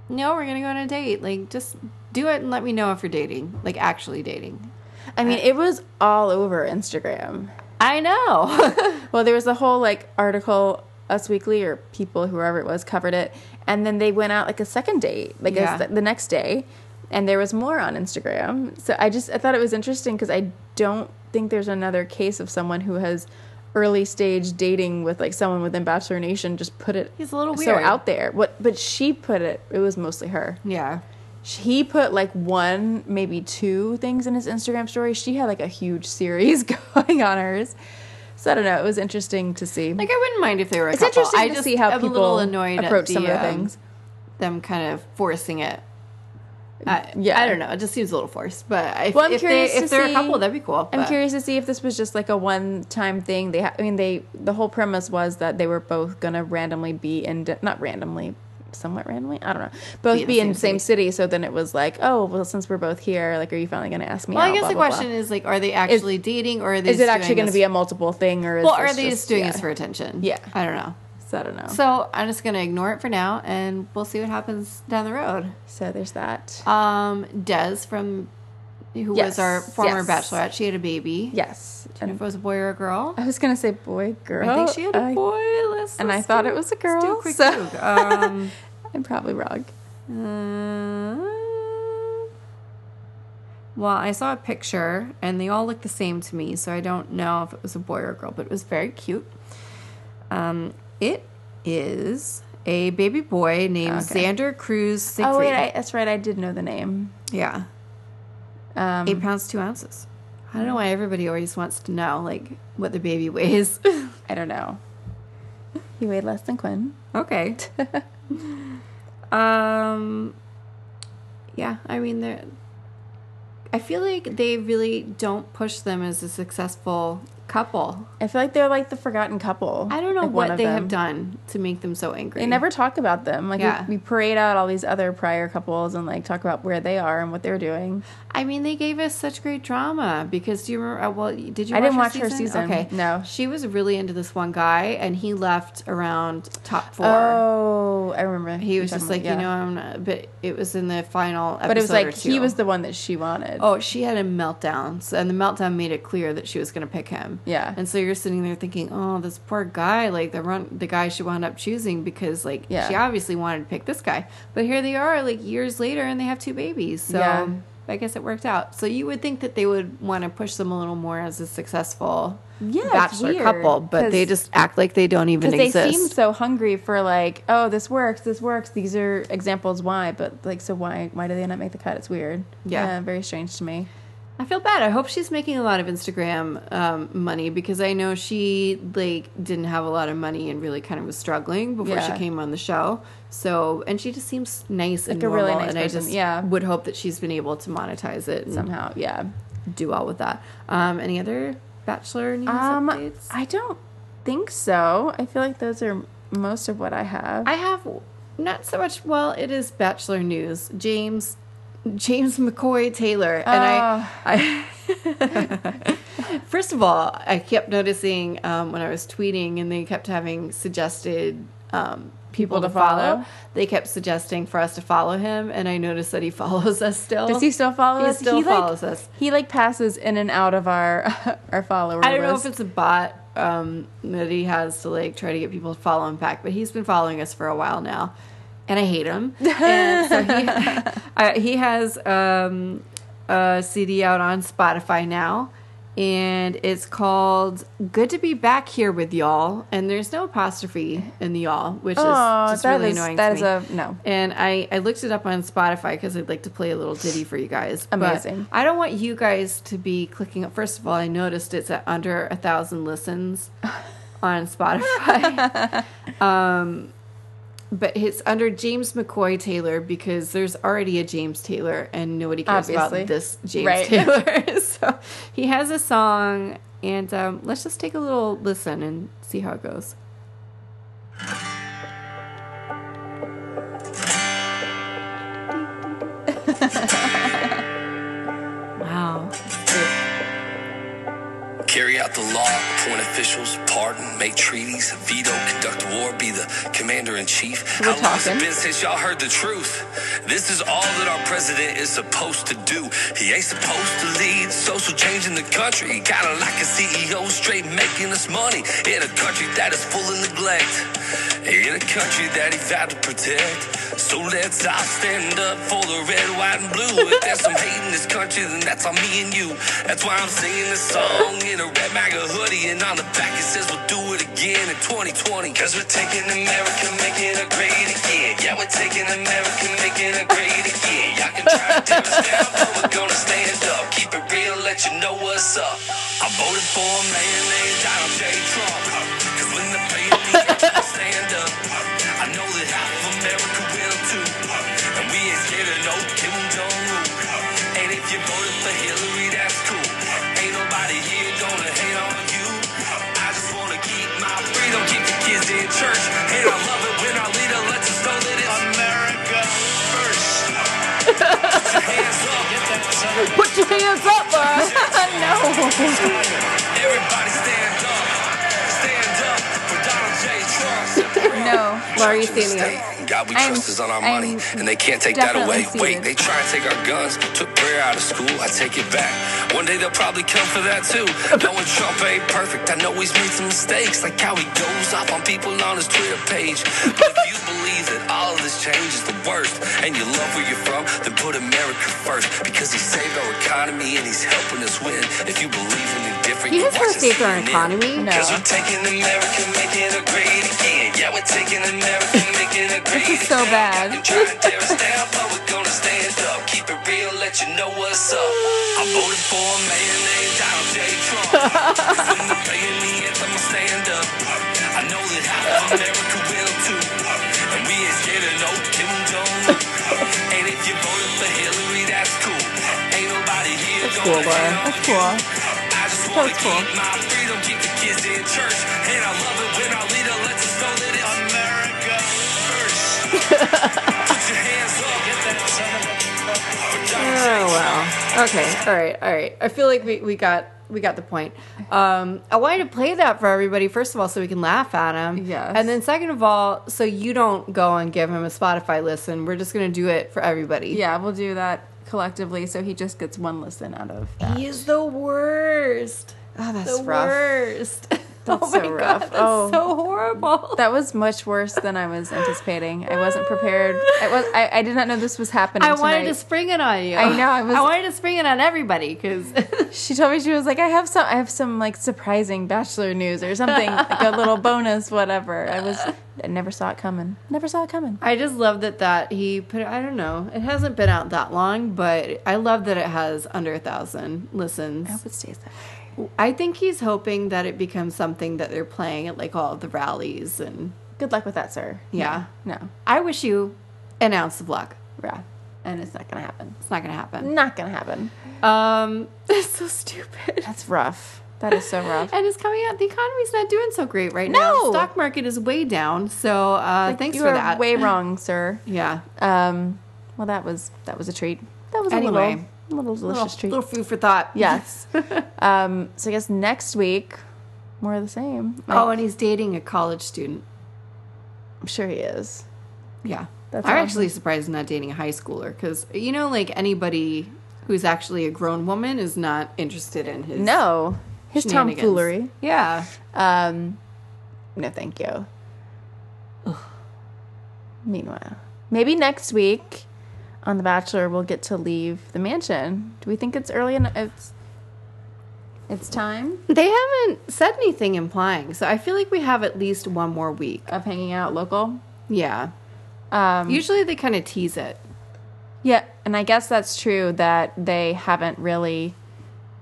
B: No, we're gonna go on a date. Like, just do it and let me know if you're dating. Like, actually dating.
A: I mean, it was all over Instagram.
B: I know.
A: Well, there was a whole like article, Us Weekly or People, whoever it was, covered it, and then they went out like a second date, like
B: Yeah.
A: a, the next day, and there was more on Instagram. So I just I thought it was interesting because I don't think there's another case of someone who has early stage dating with like someone within Bachelor Nation just put it
B: He's a little
A: so
B: weird.
A: out there. What? But she put it. It was mostly her.
B: yeah.
A: he put like one, maybe two things in his Instagram story. She had like a huge series going on hers. So I don't know. It was interesting to see.
B: Like, I wouldn't mind if they were. A
A: it's
B: couple.
A: interesting
B: I
A: to
B: just
A: see how
B: am
A: people
B: a little annoyed
A: approach
B: at the,
A: some of the
B: um,
A: things.
B: them kind of forcing it. I,
A: Yeah.
B: I don't know. It just seems a little forced. But if,
A: Well, I'm
B: if they
A: curious to
B: if they're
A: see-
B: a couple, that'd be cool.
A: I'm
B: but-
A: curious to see if this was just like a one-time thing. They, ha- I mean, they the whole premise was that they were both gonna randomly be in, di- not randomly, somewhat randomly. I don't know. Both
B: in
A: be,
B: the
A: in
B: same
A: the same city. So then it was like, oh, well, since we're both here, like, are you finally gonna ask me?
B: Well, I
A: out?
B: guess
A: Blah,
B: the
A: blah, blah.
B: question is like, are they actually dating or are they?
A: is it actually
B: going to
A: be a multiple thing or is
B: Well,
A: this
B: are they just doing
A: yeah.
B: this for attention?
A: Yeah.
B: I don't know.
A: So I don't know.
B: So I'm just gonna ignore it for now, and we'll see what happens down the road.
A: So there's that.
B: Um, Des from who was
A: Yes,
B: our former
A: yes.
B: bachelorette, she had a baby.
A: Yes.
B: and if it was a boy or a girl.
A: I was gonna say boy, girl.
B: Oh, I think she had a
A: Oh, I-
B: boy. Let's,
A: and I
B: let's
A: thought
B: do-
A: it was a
B: let's do
A: girl,
B: a quick
A: so-
B: Google. Um,
A: I'm probably wrong.
B: uh, well, I saw a picture, and they all look the same to me, so I don't know if it was a boy or a girl, but it was very cute. Um, it is a baby boy named
A: Okay.
B: Xander Cruz. Siegfried.
A: Oh wait, I, that's right. I did know the name.
B: Yeah.
A: Um,
B: Eight pounds, two ounces. I don't know why everybody always wants to know, like, what the baby weighs.
A: I don't know. He weighed less than Quinn.
B: okay. um, yeah, I mean, they're. I feel like they really don't push them as a successful couple.
A: I feel like they're like the forgotten couple.
B: I don't know
A: Like, one
B: what
A: of
B: they
A: them.
B: have done to make them so angry.
A: They never talk about them. Like we-
B: Yeah.
A: we, parade out all these other prior couples and like talk about where they are and what they're doing.
B: I mean, they gave us such great drama because do you remember? uh, Well, did you?
A: I didn't
B: watch
A: watch her season,
B: Okay,
A: no.
B: She was really into this one guy, and he left around top four.
A: Oh, I remember.
B: he
A: you
B: was just
A: talking about-
B: like, you know,
A: yeah.
B: I'm. Not, but it was in the final episode.
A: But it was
B: or
A: like he
B: two.
A: was the one that she wanted.
B: Oh, she had a meltdown, so, and the meltdown made it clear that she was going to pick him.
A: Yeah.
B: and so you're sitting there thinking, oh, this poor guy. Like the run, the guy she wound up choosing because like
A: Yeah.
B: she obviously wanted to pick this guy, but here they are, like years later, and they have two babies. So
A: Yeah.
B: I guess it worked out. So you would think that they would want to push them a little more as a successful
A: Yeah, it's
B: bachelor
A: weird,
B: couple, but they
A: 'cause-
B: just act like they don't even
A: because they
B: exist.
A: seem so hungry for like, oh, this works, this works. These are examples why, but like, so why why do they not make the cut? It's weird.
B: Yeah.
A: very strange to me.
B: I feel bad. I hope she's making a lot of Instagram um, money because I know she like didn't have a lot of money and really kind of was struggling before
A: Yeah.
B: she came on the show. So, and she just seems nice and
A: Like a
B: normal,
A: really nice
B: and
A: person,
B: I just
A: yeah.
B: would hope that she's been able to monetize it and
A: Somehow, yeah.
B: do well with that. Um, any other Bachelor news
A: Um,
B: updates?
A: I don't think so. I feel like those are most of what I have.
B: I have not so much. Well, it is Bachelor news. James James McCoy Taylor
A: Uh,
B: and I. I First of all, I kept noticing um, when I was tweeting, and they kept having suggested um, people, to
A: to
B: follow.
A: follow.
B: They kept suggesting for us to follow him, and I noticed that he follows us still.
A: Does he still follow
B: He
A: us?
B: still
A: like-
B: follows us.
A: He like passes in and out of our our follower
B: I don't know
A: list.
B: if it's a bot um, that he has to like try to get people to follow him back, but he's been following us for a while now, and I hate him. And so he, uh, he has um, a CD out on Spotify now, and it's called "Good to Be Back Here with Y'all," and there's no apostrophe in the y'all, which is
A: Oh,
B: just
A: that
B: really
A: is-
B: annoying.
A: that
B: to
A: is
B: me.
A: a- no.
B: And I, I looked it up on Spotify because I'd like to play a little ditty for you guys. but
A: Amazing.
B: I don't want you guys to be clicking up. First of all, I noticed it's at under a thousand listens on Spotify. um, but it's under James McCoy Taylor because there's already a James Taylor and nobody cares
A: Obviously.
B: about this James
A: Right.
B: Taylor. so he has a song, and um, let's just take a little listen and see how it goes. Wow.
C: Carry out the law, appoint officials, pardon, make treaties, veto, conduct war, be the commander in chief.
A: We're
C: How long has
A: talking.
C: it been since y'all heard the truth? This is all that our president is supposed to do. He ain't supposed to lead social change in the country. Kinda like a CEO straight making us money in a country that is full of neglect. In a country that he vowed to protect. So let's all stand up for the red, white, and blue. If there's some hate in this country, then that's on me and you. That's why I'm singing this song in a red MAGA hoodie. And on the back it says we'll do it again in 2020. Cause we're taking America, making it great again. Yeah, we're taking America, making it great again. Y'all can try to tear us down, but we're gonna stand up. Keep it real, let you know what's up. I voted for a man named Donald J. Trump. Cause when the play at the end, we'll stand up. I know that half of America will too. And we ain't scared of no Kim Jong-un. And if you voted for Hillary, that's cool. Ain't nobody here gonna hate on you. I just wanna keep my freedom, keep the kids in church. And I love it when our leader lets us know that it's America first. Hands up.
A: Put your hands up, no.
C: Everybody stand up. Stand up for Donald J. Trump.
A: No,
B: Laura, you standing up.
C: God we
A: I'm-
C: trust is on our
A: I'm
C: money, and they can't take that
A: definitely
C: away. Wait,
A: seated.
C: they try and take our guns, took prayer out of school. I take it back. One day they'll probably come for that too. Knowing Trump ain't perfect, I know he's made some mistakes, like how he goes off on people on his Twitter page. But if you believe that all of this change is the worst, and you love where you're from, then put America first, because he saved our economy and he's helping us win. If you believe in the different,
B: He
C: you
B: has
C: watch
B: saved
C: the
B: our
C: CNN.
B: economy?
A: No.
C: Cause we're taking America, making it great again. Yeah, we're taking America, making it great
A: This is so
C: again.
A: bad.
C: Y'all can try to tear us down, but we're gonna stand up. Keep it real, let you know what's up. I voted for a man named Donald J. Trump. when they're playing the anthem, I stand up. I know that half of America will too. And we ain't scared of no Kim Jong-un. and if you voted for Hillary, that's cool. Ain't nobody here
B: That's
C: gonna
B: cool, Laura.
C: hate on
A: That's cool.
C: I just
A: That
C: wanna
A: was cool.
C: keep my freedom, in church, and I love it when our leader lets us know that it's
D: America.
C: first. Put your hands up.
D: Get that son of a.
C: Our
B: Oh
C: doctrine.
B: wow. Okay. All right. All right. I feel like we, we got we got the point. Um, I wanted to play that for everybody first of all, so we can laugh at him.
E: Yes.
B: And then second of all, so you don't go and give him a Spotify listen. We're just gonna do it for everybody.
A: Yeah, we'll do that collectively. So he just gets one listen out of that.
B: He is the worst.
E: Oh, that's
B: The
E: rough.
B: worst. oh
E: That's
B: my
E: so
B: god.
E: rough.
B: That's
E: Oh.
B: so horrible.
A: That was much worse than I was anticipating. I wasn't prepared. I was. I, I did not know this was happening.
B: I wanted
A: tonight.
B: to spring it on you.
A: I know, I was-
B: I wanted to spring it on everybody because
A: She told me she was like, I have some. I have some like surprising bachelor news or something, like a little bonus, whatever. I was. I never saw it coming. Never saw it coming.
B: I just love that that he put. I don't know. It hasn't been out that long, but I love that it has under a thousand listens.
A: I hope it stays that way.
B: I think he's hoping that it becomes something that they're playing at like all of the rallies and
A: Good luck with that, sir.
B: yeah.
A: No.
B: I wish you an ounce of luck.
A: Yeah. And it's not gonna happen.
B: It's not gonna happen.
A: Not gonna happen.
B: Um, it's so stupid.
A: That's rough. That is so rough.
B: And it's coming out. The economy's not doing so great right now.
A: No.
B: The stock market is way down. So uh, thanks
A: you
B: for
A: are
B: that.
A: way wrong, sir.
B: yeah.
A: Um, well, that was that was a treat. That was
B: Anyway.
A: a little, little delicious
B: Little,
A: treat.
B: little food for thought.
A: Yes. um, so I guess next week, more of the same.
B: Oh, and he's dating a college student.
A: I'm sure he is.
B: Yeah.
A: That's
B: I'm
A: awesome.
B: actually surprised he's not dating a high schooler because, you know, like anybody who's actually a grown woman is not interested in his.
A: No, his
B: shenanigans.
A: tomfoolery.
B: Yeah.
A: Um, no, thank you. Meanwhile, maybe next week on The Bachelor we'll get to leave the mansion. Do we think it's early enough? It's it's time
B: They haven't said anything implying, so I feel like we have at least one more week.
A: of hanging out local.
B: Yeah.
A: Um,
B: Usually they kind of tease it.
A: Yeah, and I guess that's true that they haven't really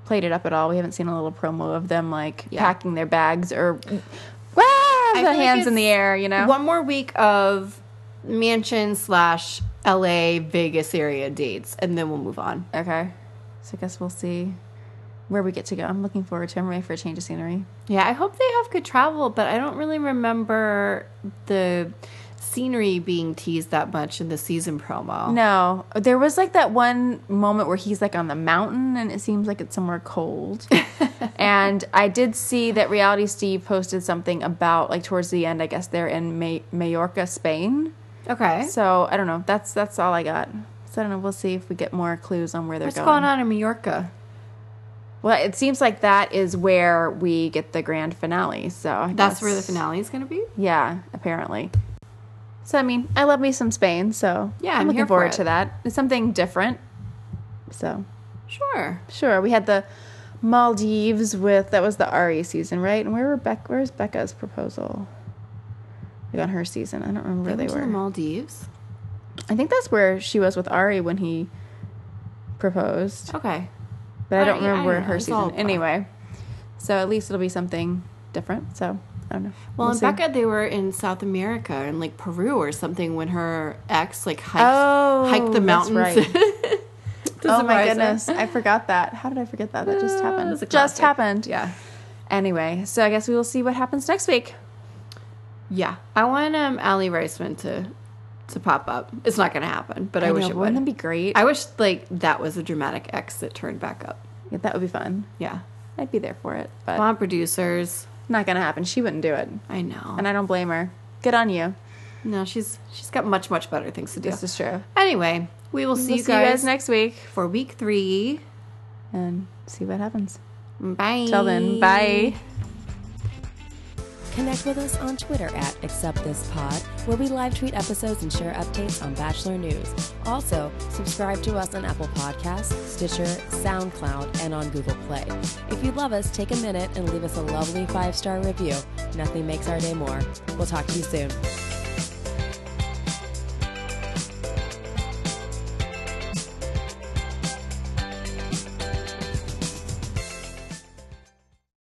A: played it up at all. We haven't seen a little promo of them like
B: Yeah. Mm.
A: packing their bags or ah,
B: I
A: the
B: feel like
A: hands in
B: it's
A: the air, you know.
B: One more week of mansion slash LA Vegas area dates, and then we'll move on.
A: okay, so I guess we'll see where we get to go. I'm looking forward to. it. I'm ready for a change of scenery.
B: Yeah, I hope they have good travel, but I don't really remember the scenery being teased that much in the season promo.
A: No, there was like that one moment where he's like on the mountain, and it seems like it's somewhere cold. and I did see that Reality Steve posted something about like towards the end. I guess they're in May- Mallorca, Spain.
B: Okay.
A: So I don't know. That's that's all I got. So I don't know. We'll see if we get more clues on where they're
B: What's
A: going.
B: going on in Mallorca?
A: Well, it seems like that is where we get the grand finale. So I
B: That's
A: guess-
B: where the finale is going to be?
A: Yeah, apparently. So I mean, I love me some Spain. So
B: Yeah,
A: I'm,
B: I'm
A: looking
B: here for
A: forward
B: it.
A: to that. It's something different. So
B: Sure.
A: sure, we had the Maldives with that was the Ari season, right? And where were Beck? Where's Becca's proposal? Like on her season, I don't remember where they
B: Went to
A: were.
B: the Maldives.
A: I think that's where she was with Ari when he proposed.
B: Okay.
A: but I
B: I-
A: don't
B: yeah, I
A: remember
B: don't know.
A: her
B: It's all-
A: season anyway. So at least it'll be something different. So I don't know.
B: Well, in
A: see.
B: Becca, they were in South America in like Peru or something when her ex like hiked,
A: Oh,
B: hiked the
A: that's
B: mountains.
A: right.
B: To
A: oh my
B: surprise her.
A: goodness, I forgot that. How did I forget that? That just
B: Uh,
A: happened.
B: it's a
A: just
B: classic.
A: happened.
B: Yeah.
A: Anyway, so I guess we will see what happens next week.
B: Yeah. I want um Allie Reisman to to pop up. It's not gonna happen, but I, wish
A: know,
B: it would.
A: wouldn't that be great?
B: I wish like that was a dramatic ex that turned back up.
A: Yeah, that would be fun.
B: Yeah.
A: I'd be there for it, but
B: Come on, producers.
A: not gonna happen. She wouldn't do it,
B: I know.
A: and I don't blame her. Good on you.
B: no, she's she's got much, much better things to do.
A: This is true.
B: Anyway, we will see,
A: We'll
B: you, guys
A: next week
B: for week three.
A: and see what happens.
B: Bye.
A: Till then, bye.
F: Connect with us on Twitter at AcceptThisPod, where we live tweet episodes and share updates on Bachelor News. Also, subscribe to us on Apple Podcasts, Stitcher, SoundCloud, and on Google Play. If you love us, take a minute and leave us a lovely five star review. Nothing makes our day more. We'll talk to you soon.